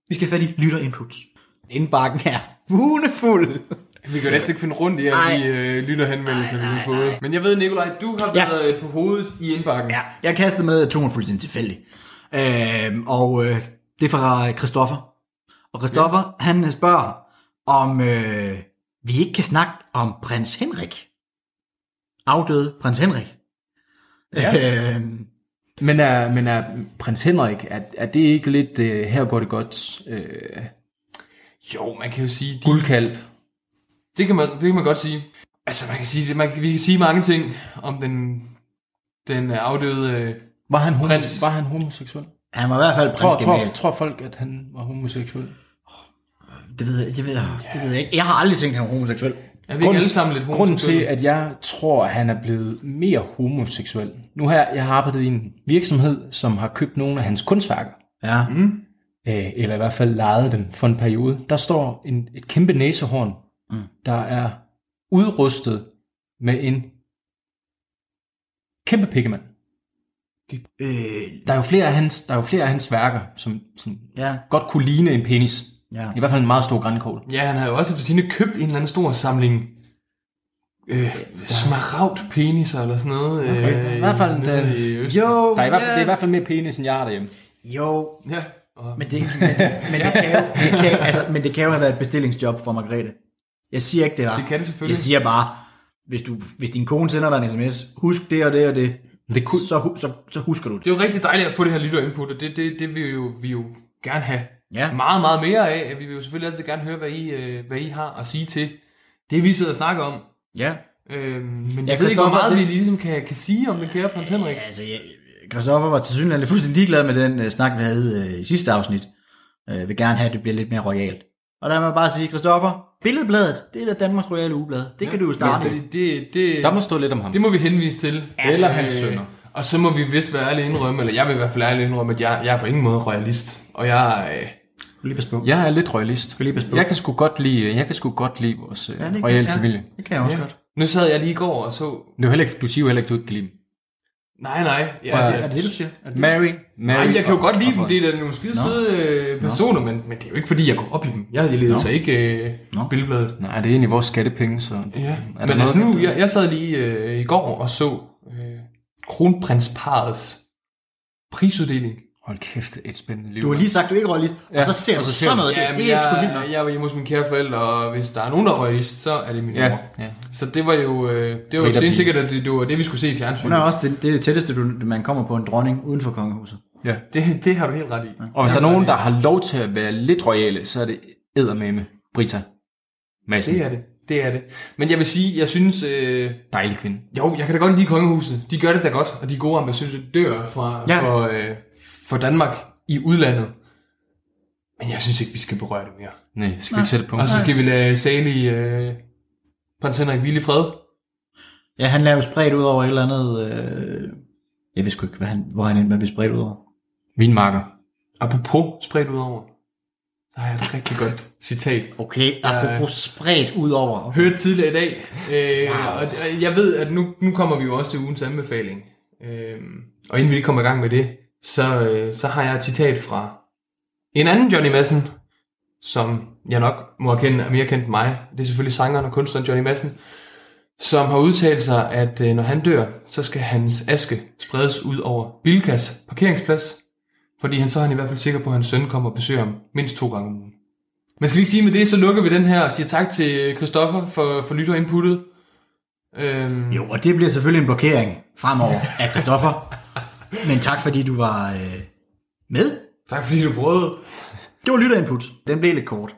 Speaker 2: Vi skal have fat i lytterinputs. Indbakken er hunefuld.
Speaker 4: Vi kan jo næsten ikke finde rundt i
Speaker 2: Nej.
Speaker 4: alle de øh, lytterhenvendelser, vi har fået. Men jeg ved, Nikolaj, du har
Speaker 2: Ja.
Speaker 4: været øh, på hovedet i indbakken.
Speaker 2: Ja, jeg kastede med to fuldstændig tilfældigt. Øhm, og øh, det er fra Christoffer. Og Christoffer, ja. han øh, spørger, om øh, vi ikke kan snakke om prins Henrik. Afdøde prins Henrik. Ja. Øhm,
Speaker 6: Men er, men er prins Henrik, er, er det ikke lidt, øh, her går det godt, øh,
Speaker 4: Jo, man kan jo sige, de
Speaker 6: guldkalv?
Speaker 4: Det kan man, det kan man godt sige. Altså, man kan sige, man, kan- vi kan sige mange ting om den, den øh, afdøde... øh,
Speaker 6: Var han, homo-
Speaker 4: Prins.
Speaker 6: var han homoseksuel?
Speaker 2: han var i hvert fald prins
Speaker 6: Tror, tror,
Speaker 2: Gamal.
Speaker 6: tror folk, at han var homoseksuel?
Speaker 2: Det ved jeg, det ved jeg, det ved jeg ikke. Jeg har aldrig tænkt, at han var homoseksuel.
Speaker 4: Er vi ikke alle sammen lidt
Speaker 6: grunden til,
Speaker 4: homoseksuelle?
Speaker 6: at jeg tror, at han er blevet mere homoseksuel. Nu her, jeg har arbejdet i en virksomhed, som har købt nogle af hans kunstværker.
Speaker 2: Ja.
Speaker 4: Mm.
Speaker 6: øh, eller i hvert fald lejede dem for en periode, der står en, et kæmpe næsehorn, mm. der er udrustet med en kæmpe pikkemand.
Speaker 2: Øh,
Speaker 6: Der er jo flere af hans, der er jo flere af hans værker, som, som
Speaker 2: ja,
Speaker 6: godt kunne ligne en penis.
Speaker 2: ja.
Speaker 6: I hvert fald en meget stor grænkogl.
Speaker 4: Ja, han har jo også for sine købt en eller anden stor samling øh, smaragd peniser eller sådan noget. Øh,
Speaker 6: Der er i hvert fald, der,
Speaker 4: nede i Østen.
Speaker 2: Jo,
Speaker 6: der er i hvert fald, det er i
Speaker 2: ja.
Speaker 6: hvert fald mere penis, end jeg har derhjemme.
Speaker 2: jo,
Speaker 4: Ja. Og,
Speaker 2: Men det, men, men, det kan jo, det kan, altså, men det kan jo have været et bestillingsjob for Margrethe. Jeg siger ikke, det der.
Speaker 4: Det kan det selvfølgelig.
Speaker 2: Jeg siger bare, hvis, du, hvis din kone sender dig en sms, husk det og det og det,
Speaker 6: Det kunne,
Speaker 2: så, hu- så, så husker du det.
Speaker 4: det er jo rigtig dejligt at få det her lytterinput, og det, det, det vil jo, vi jo gerne have
Speaker 2: Ja.
Speaker 4: meget, meget mere af. Vi vil jo selvfølgelig altid gerne høre, hvad I, øh, hvad I har at sige til det, vi sidder og snakker om.
Speaker 2: Ja.
Speaker 4: Øhm, men jeg,
Speaker 2: Ja,
Speaker 4: jeg ved ikke, hvor
Speaker 2: Christoffer,
Speaker 4: meget
Speaker 2: det-
Speaker 4: det... vi ligesom kan, kan sige om den kære prins Henrik.
Speaker 2: Altså, jeg, Christoffer var til synligheden fuldstændig ligeglad med den uh, snak, vi havde uh, i sidste afsnit. Uh, vil gerne have, at det bliver lidt mere royalt. Og der må jeg bare sige, Christoffer, Billedbladet, det er da Danmarks Royale Ugeblad. Det kan du jo starte. i.
Speaker 4: Det, det, det,
Speaker 6: der må stå lidt om ham.
Speaker 4: det må vi henvise til.
Speaker 6: Eller hans
Speaker 2: Øh.
Speaker 6: sønner.
Speaker 4: Og så må vi vist være ærlige indrømme, eller jeg vil i hvert fald ærligt indrømme, at jeg, jeg er på ingen måde royalist. Og jeg, øh,
Speaker 2: Lige pas på.
Speaker 6: Jeg er lidt royalist.
Speaker 2: lige passe på.
Speaker 6: Jeg kan sgu godt lide, jeg kan sgu godt lide vores ja,
Speaker 2: det kan-
Speaker 6: royale
Speaker 2: ja.
Speaker 6: familie.
Speaker 2: Det kan jeg også
Speaker 4: Ja.
Speaker 2: godt.
Speaker 4: nu sad jeg lige i går og så...
Speaker 6: Du, er heller ikke, du siger jo heller ikke, du ikke kan lide dem.
Speaker 4: Nej, nej. Jeg,
Speaker 2: Er det det, du siger? Er det det?
Speaker 6: Mary, Mary.
Speaker 4: nej, jeg kan jo
Speaker 6: og-
Speaker 4: godt lide dem.
Speaker 6: og-
Speaker 4: Det er da nogle skide søde øh, personer, men, men det er jo ikke, fordi jeg går op i dem. Jeg leder no. altså ikke øh,
Speaker 2: Nå.
Speaker 4: billedbladet.
Speaker 6: Nej, det er egentlig vores skattepenge, så...
Speaker 4: Ja.
Speaker 6: der
Speaker 4: Men
Speaker 6: noget,
Speaker 4: altså nu,
Speaker 6: der-
Speaker 4: jeg, jeg sad lige øh, i går og så øh, kronprinsparets prisuddeling.
Speaker 6: Hold kæft, det er et spændende liv.
Speaker 2: Du har lige sagt, du er ikke royalist, ja. og så ser
Speaker 6: og
Speaker 2: du
Speaker 6: så
Speaker 2: så
Speaker 6: ser
Speaker 2: sådan
Speaker 6: du-
Speaker 2: noget. Ja, det, det er ikke sgu vildt nok.
Speaker 4: jeg, jeg var hjemme hos mine kære forældre, og hvis der er nogen, der røg, så er det min
Speaker 6: Ja,
Speaker 4: mor.
Speaker 6: ja.
Speaker 4: Så det var jo, øh, det var
Speaker 6: Rita
Speaker 4: jo
Speaker 6: Lee.
Speaker 4: sikkert, at det, det var det, vi skulle se i
Speaker 2: Hun
Speaker 4: fjernsynet.
Speaker 2: er også det, det, er det tætteste, du, man kommer på en dronning uden for kongehuset.
Speaker 4: Det, det har du helt ret i.
Speaker 6: Og hvis der er nogen, der har lov til at være lidt royale, så er det eddermame Brita Madsen.
Speaker 4: Det er det. Det er det. Men jeg vil sige, jeg synes, øh,
Speaker 6: Dejlig kvinde.
Speaker 4: jo, jeg kan da godt lide kongehuset. De gør det da godt, og de er gode ambassadører fra,
Speaker 2: Ja.
Speaker 4: ja. for, øh, for Danmark i udlandet. Men jeg synes ikke, vi skal berøre det mere.
Speaker 6: Nej, skal vi ikke sætte på.
Speaker 4: Og så skal vi lade Sali, øh, prins Henrik hvile i fred.
Speaker 2: Ja, han er jo spredt ud over et eller andet... Øh, jeg ved sgu ikke, hvad han, hvor han endte med at blive spredt ud over.
Speaker 6: Vinmarker.
Speaker 4: Apropos spredt ud over. Så har jeg et rigtig godt citat.
Speaker 2: Okay, apropos spredt ud over.
Speaker 4: Hørte tidligere i dag, øh, wow. og d- jeg ved, at nu, nu kommer vi jo også til ugens anbefaling. Øh, og inden vi lige kommer i gang med det, så, øh, så har jeg et citat fra en anden Johnny Madsen, som jeg nok må erkende er mere kendt end mig. Det er selvfølgelig sangeren og kunstneren Johnny Madsen, som har udtalt sig, at øh, når han dør, så skal hans aske spredes ud over Bilkas parkeringsplads, fordi han så er han i hvert fald sikker på, at hans søn kommer og besøger ham mindst to gange om ugen. Men skal vi ikke sige med det, så lukker vi den her og siger tak til Christoffer for, for lytterinputtet. Øhm,
Speaker 2: Jo, og det bliver selvfølgelig en blokering fremover af Christoffer. Men tak fordi du var øh, med.
Speaker 4: tak fordi du prøvede.
Speaker 2: Det var lytterinput. Den blev lidt kort.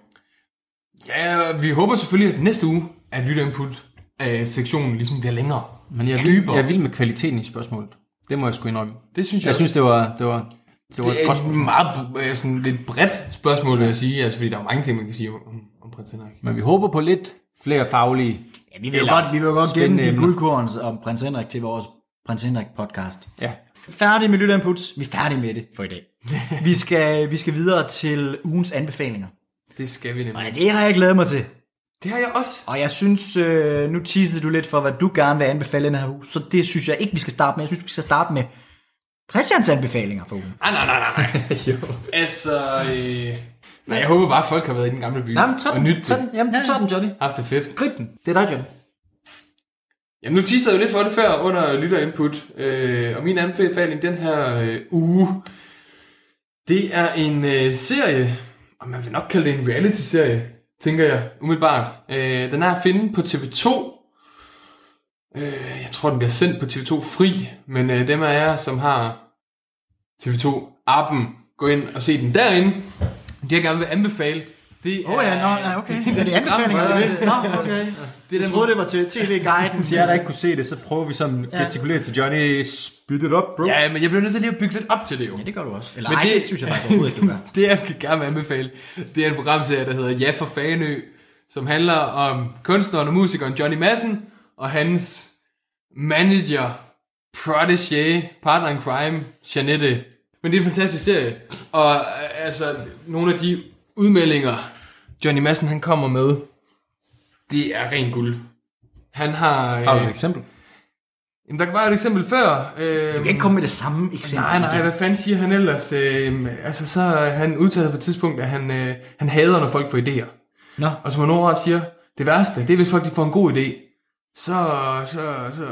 Speaker 4: Ja, vi håber selvfølgelig, at næste uge, at lytterinput øh, sektionen ligesom bliver længere.
Speaker 6: Men jeg er, vild, jeg er vild med kvaliteten i spørgsmålet. Det må jeg sgu indrømme.
Speaker 4: Det synes jeg,
Speaker 6: Jeg synes, det var, det var, det var
Speaker 4: det
Speaker 6: et
Speaker 4: er et
Speaker 6: godt spørgsmål.
Speaker 4: meget øh, sådan lidt bredt spørgsmål, vil jeg sige. Altså, fordi der er mange ting, man kan sige om, om, om prins Henrik.
Speaker 6: Men vi håber på lidt flere faglige.
Speaker 2: Ja, vi vil jo godt, vi vil jo godt gemme de
Speaker 6: emner.
Speaker 2: guldkorns om prins Henrik til vores prins Henrik podcast.
Speaker 6: Ja.
Speaker 2: Færdig med lytterinputs. Vi er færdige med det for i dag. vi, skal, vi skal videre til ugens anbefalinger.
Speaker 4: Det skal vi
Speaker 2: Og
Speaker 4: nemlig.
Speaker 2: det har jeg glædet mig til.
Speaker 4: Det har jeg også.
Speaker 2: Og jeg synes, øh, nu teasede du lidt for, hvad du gerne vil anbefale i den her uge, så det synes jeg ikke, vi skal starte med. Jeg synes, vi skal starte med Christians anbefalinger for ugen.
Speaker 4: Ah, nej, nej, nej, nej. altså, øh, nej, jeg håber bare, at folk har været i den gamle by
Speaker 5: Jamen, tag
Speaker 4: og
Speaker 5: den,
Speaker 4: nyt
Speaker 5: tag
Speaker 4: det.
Speaker 5: den. Jamen, du tager den, Johnny.
Speaker 4: Haft det fedt.
Speaker 5: Grib den. Det er dig, Johnny.
Speaker 4: Jamen, nu teasede jeg jo lidt for det før under lytterinput, øh, og min anbefaling den her øh, uge, det er en øh, serie, og man vil nok kalde det en reality-serie, tænker jeg, umiddelbart. Øh, den er at finde på TV2. Øh, jeg tror, den bliver sendt på TV2 Fri, men øh, dem af jer, som har TV2-appen, gå ind og se den derinde. Det, jeg gerne vil anbefale, det
Speaker 2: Åh oh, ja, nå, ja, okay. Det er det anbefalinger, det vil. Nå, okay.
Speaker 4: det er
Speaker 2: Jeg
Speaker 4: den
Speaker 2: troede, det var til TV-guiden.
Speaker 6: Til jer, der ikke kunne se det, så prøver vi sådan ja. gestikulere til Johnny. Spyt it up, bro.
Speaker 4: Ja, men jeg bliver nødt til lige at bygge lidt op til det jo.
Speaker 2: Det gør du også. Eller
Speaker 4: Men
Speaker 2: ej,
Speaker 4: det-
Speaker 2: det synes jeg faktisk overhovedet ikke, du gør.
Speaker 4: det jeg kan gerne anbefale, det er en programserie, der hedder Ja for Fanø, som handler om kunstneren og musikeren Johnny Madsen og hans manager, protégé, partner in crime, Janette. Men det er en fantastisk serie, og øh, altså nogle af de udmeldinger, Johnny Madsen han kommer med, det er ren guld. Han har... Øh,
Speaker 6: Har du et eksempel?
Speaker 4: jamen, der var et eksempel før. Øh,
Speaker 2: Du kan ikke komme med det samme eksempel.
Speaker 4: Nej, nej,
Speaker 2: igen.
Speaker 4: hvad fanden siger han ellers? Øh, altså, så øh, han udtaler på et tidspunkt, at han, øh, han hader, når folk får idéer.
Speaker 2: Nå.
Speaker 4: Og som han overret siger, det værste, det er, hvis folk de får en god idé. Så, så, så,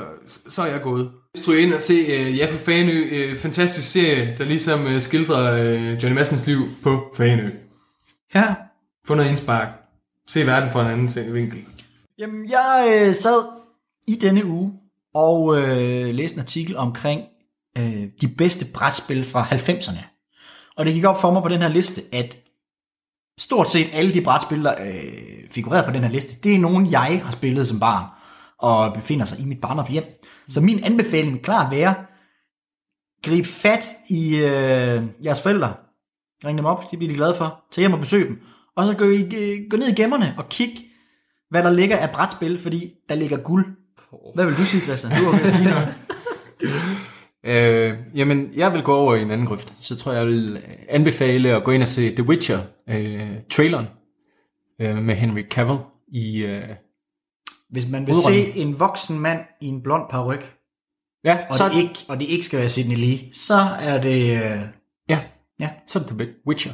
Speaker 4: så er jeg gået. Stryg ind og se øh, Ja for Fanø, øh, fantastisk serie, der ligesom øh, skildrer øh, Johnny Madsens liv på Fanø.
Speaker 2: Ja.
Speaker 4: Få noget indspark. Se verden fra en anden se- vinkel.
Speaker 2: Jamen, jeg øh, sad i denne uge og øh, læste en artikel omkring øh, de bedste brætspil fra 90'erne. Og det gik op for mig på den her liste, at stort set alle de brætspil, der øh, figurerer på den her liste, det er nogen, jeg har spillet som barn, og befinder sig i mit barndomshjem. Så min anbefaling vil klart være, grib fat i øh, jeres forældre, ring dem op, de bliver de glade for, tag hjem og besøg dem, og så gå, i, øh, gå ned i gemmerne og kig, hvad der ligger af brætspil, fordi der ligger guld. Hvad vil du sige, Christian? Du var ved at sige noget.
Speaker 6: Øh, jamen, jeg vil gå over i en anden grøft. Så tror jeg, jeg vil anbefale at gå ind og se The Witcher, øh, traileren, øh, med Henry Cavill i... Øh,
Speaker 2: Hvis man vil
Speaker 6: Udrømme.
Speaker 2: se en voksen mand i en blond peruk,
Speaker 6: ja,
Speaker 2: og,
Speaker 6: så,
Speaker 2: det ikke, og det ikke skal være Sidney Lee, så er det... Øh,
Speaker 6: ja,
Speaker 2: Ja.
Speaker 6: så er det The Witcher.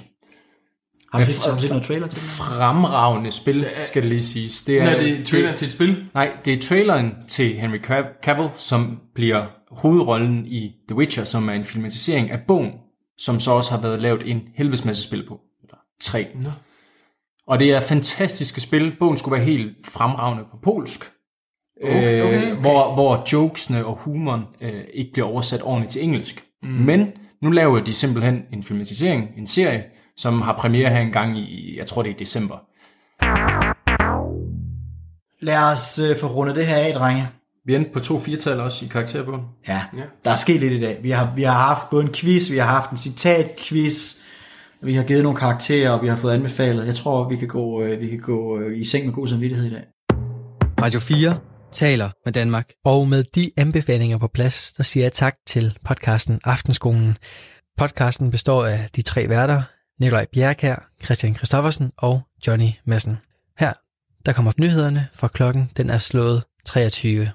Speaker 2: har du
Speaker 6: Ja,
Speaker 2: set, har du set noget trailer til den?
Speaker 6: Fremragende spil, skal det lige siges. Det
Speaker 4: Når det er traileren til et spil,
Speaker 6: Nej, det er traileren til Henry Cav- Cavill, som bliver hovedrollen i The Witcher, som er en filmatisering af bogen, som så også har været lavet en helvedes masse spil på. Eller Tre. No. Og det er fantastiske spil. Bogen skulle være helt fremragende på polsk. Okay,
Speaker 4: Øh,
Speaker 6: okay, okay. Hvor, hvor jokesene og humoren øh, ikke bliver oversat ordentligt til engelsk. Mm. Men nu laver de simpelthen en filmatisering, en serie, som har premiere her en gang i, jeg tror det er i december.
Speaker 2: Lad os øh, få rundet det her af, drenge.
Speaker 6: Vi endte på to firtal også i karakterbogen.
Speaker 2: Ja, der er sket lidt i dag. Vi har, vi har haft både en quiz, vi har haft en citat-quiz, Vi har givet nogle karakterer, og vi har fået anbefalet. Jeg tror, vi kan gå, øh, vi kan gå øh, i seng med god samvittighed i dag.
Speaker 1: Radio 4 taler med Danmark. Og med de anbefalinger på plads, der siger jeg tak til podcasten Aftenskolen. Podcasten består af de tre værter, Nikolaj Bjerkær, Christian Christoffersen og Johnny Madsen. Her, der kommer nyhederne fra klokken, den er slået 23.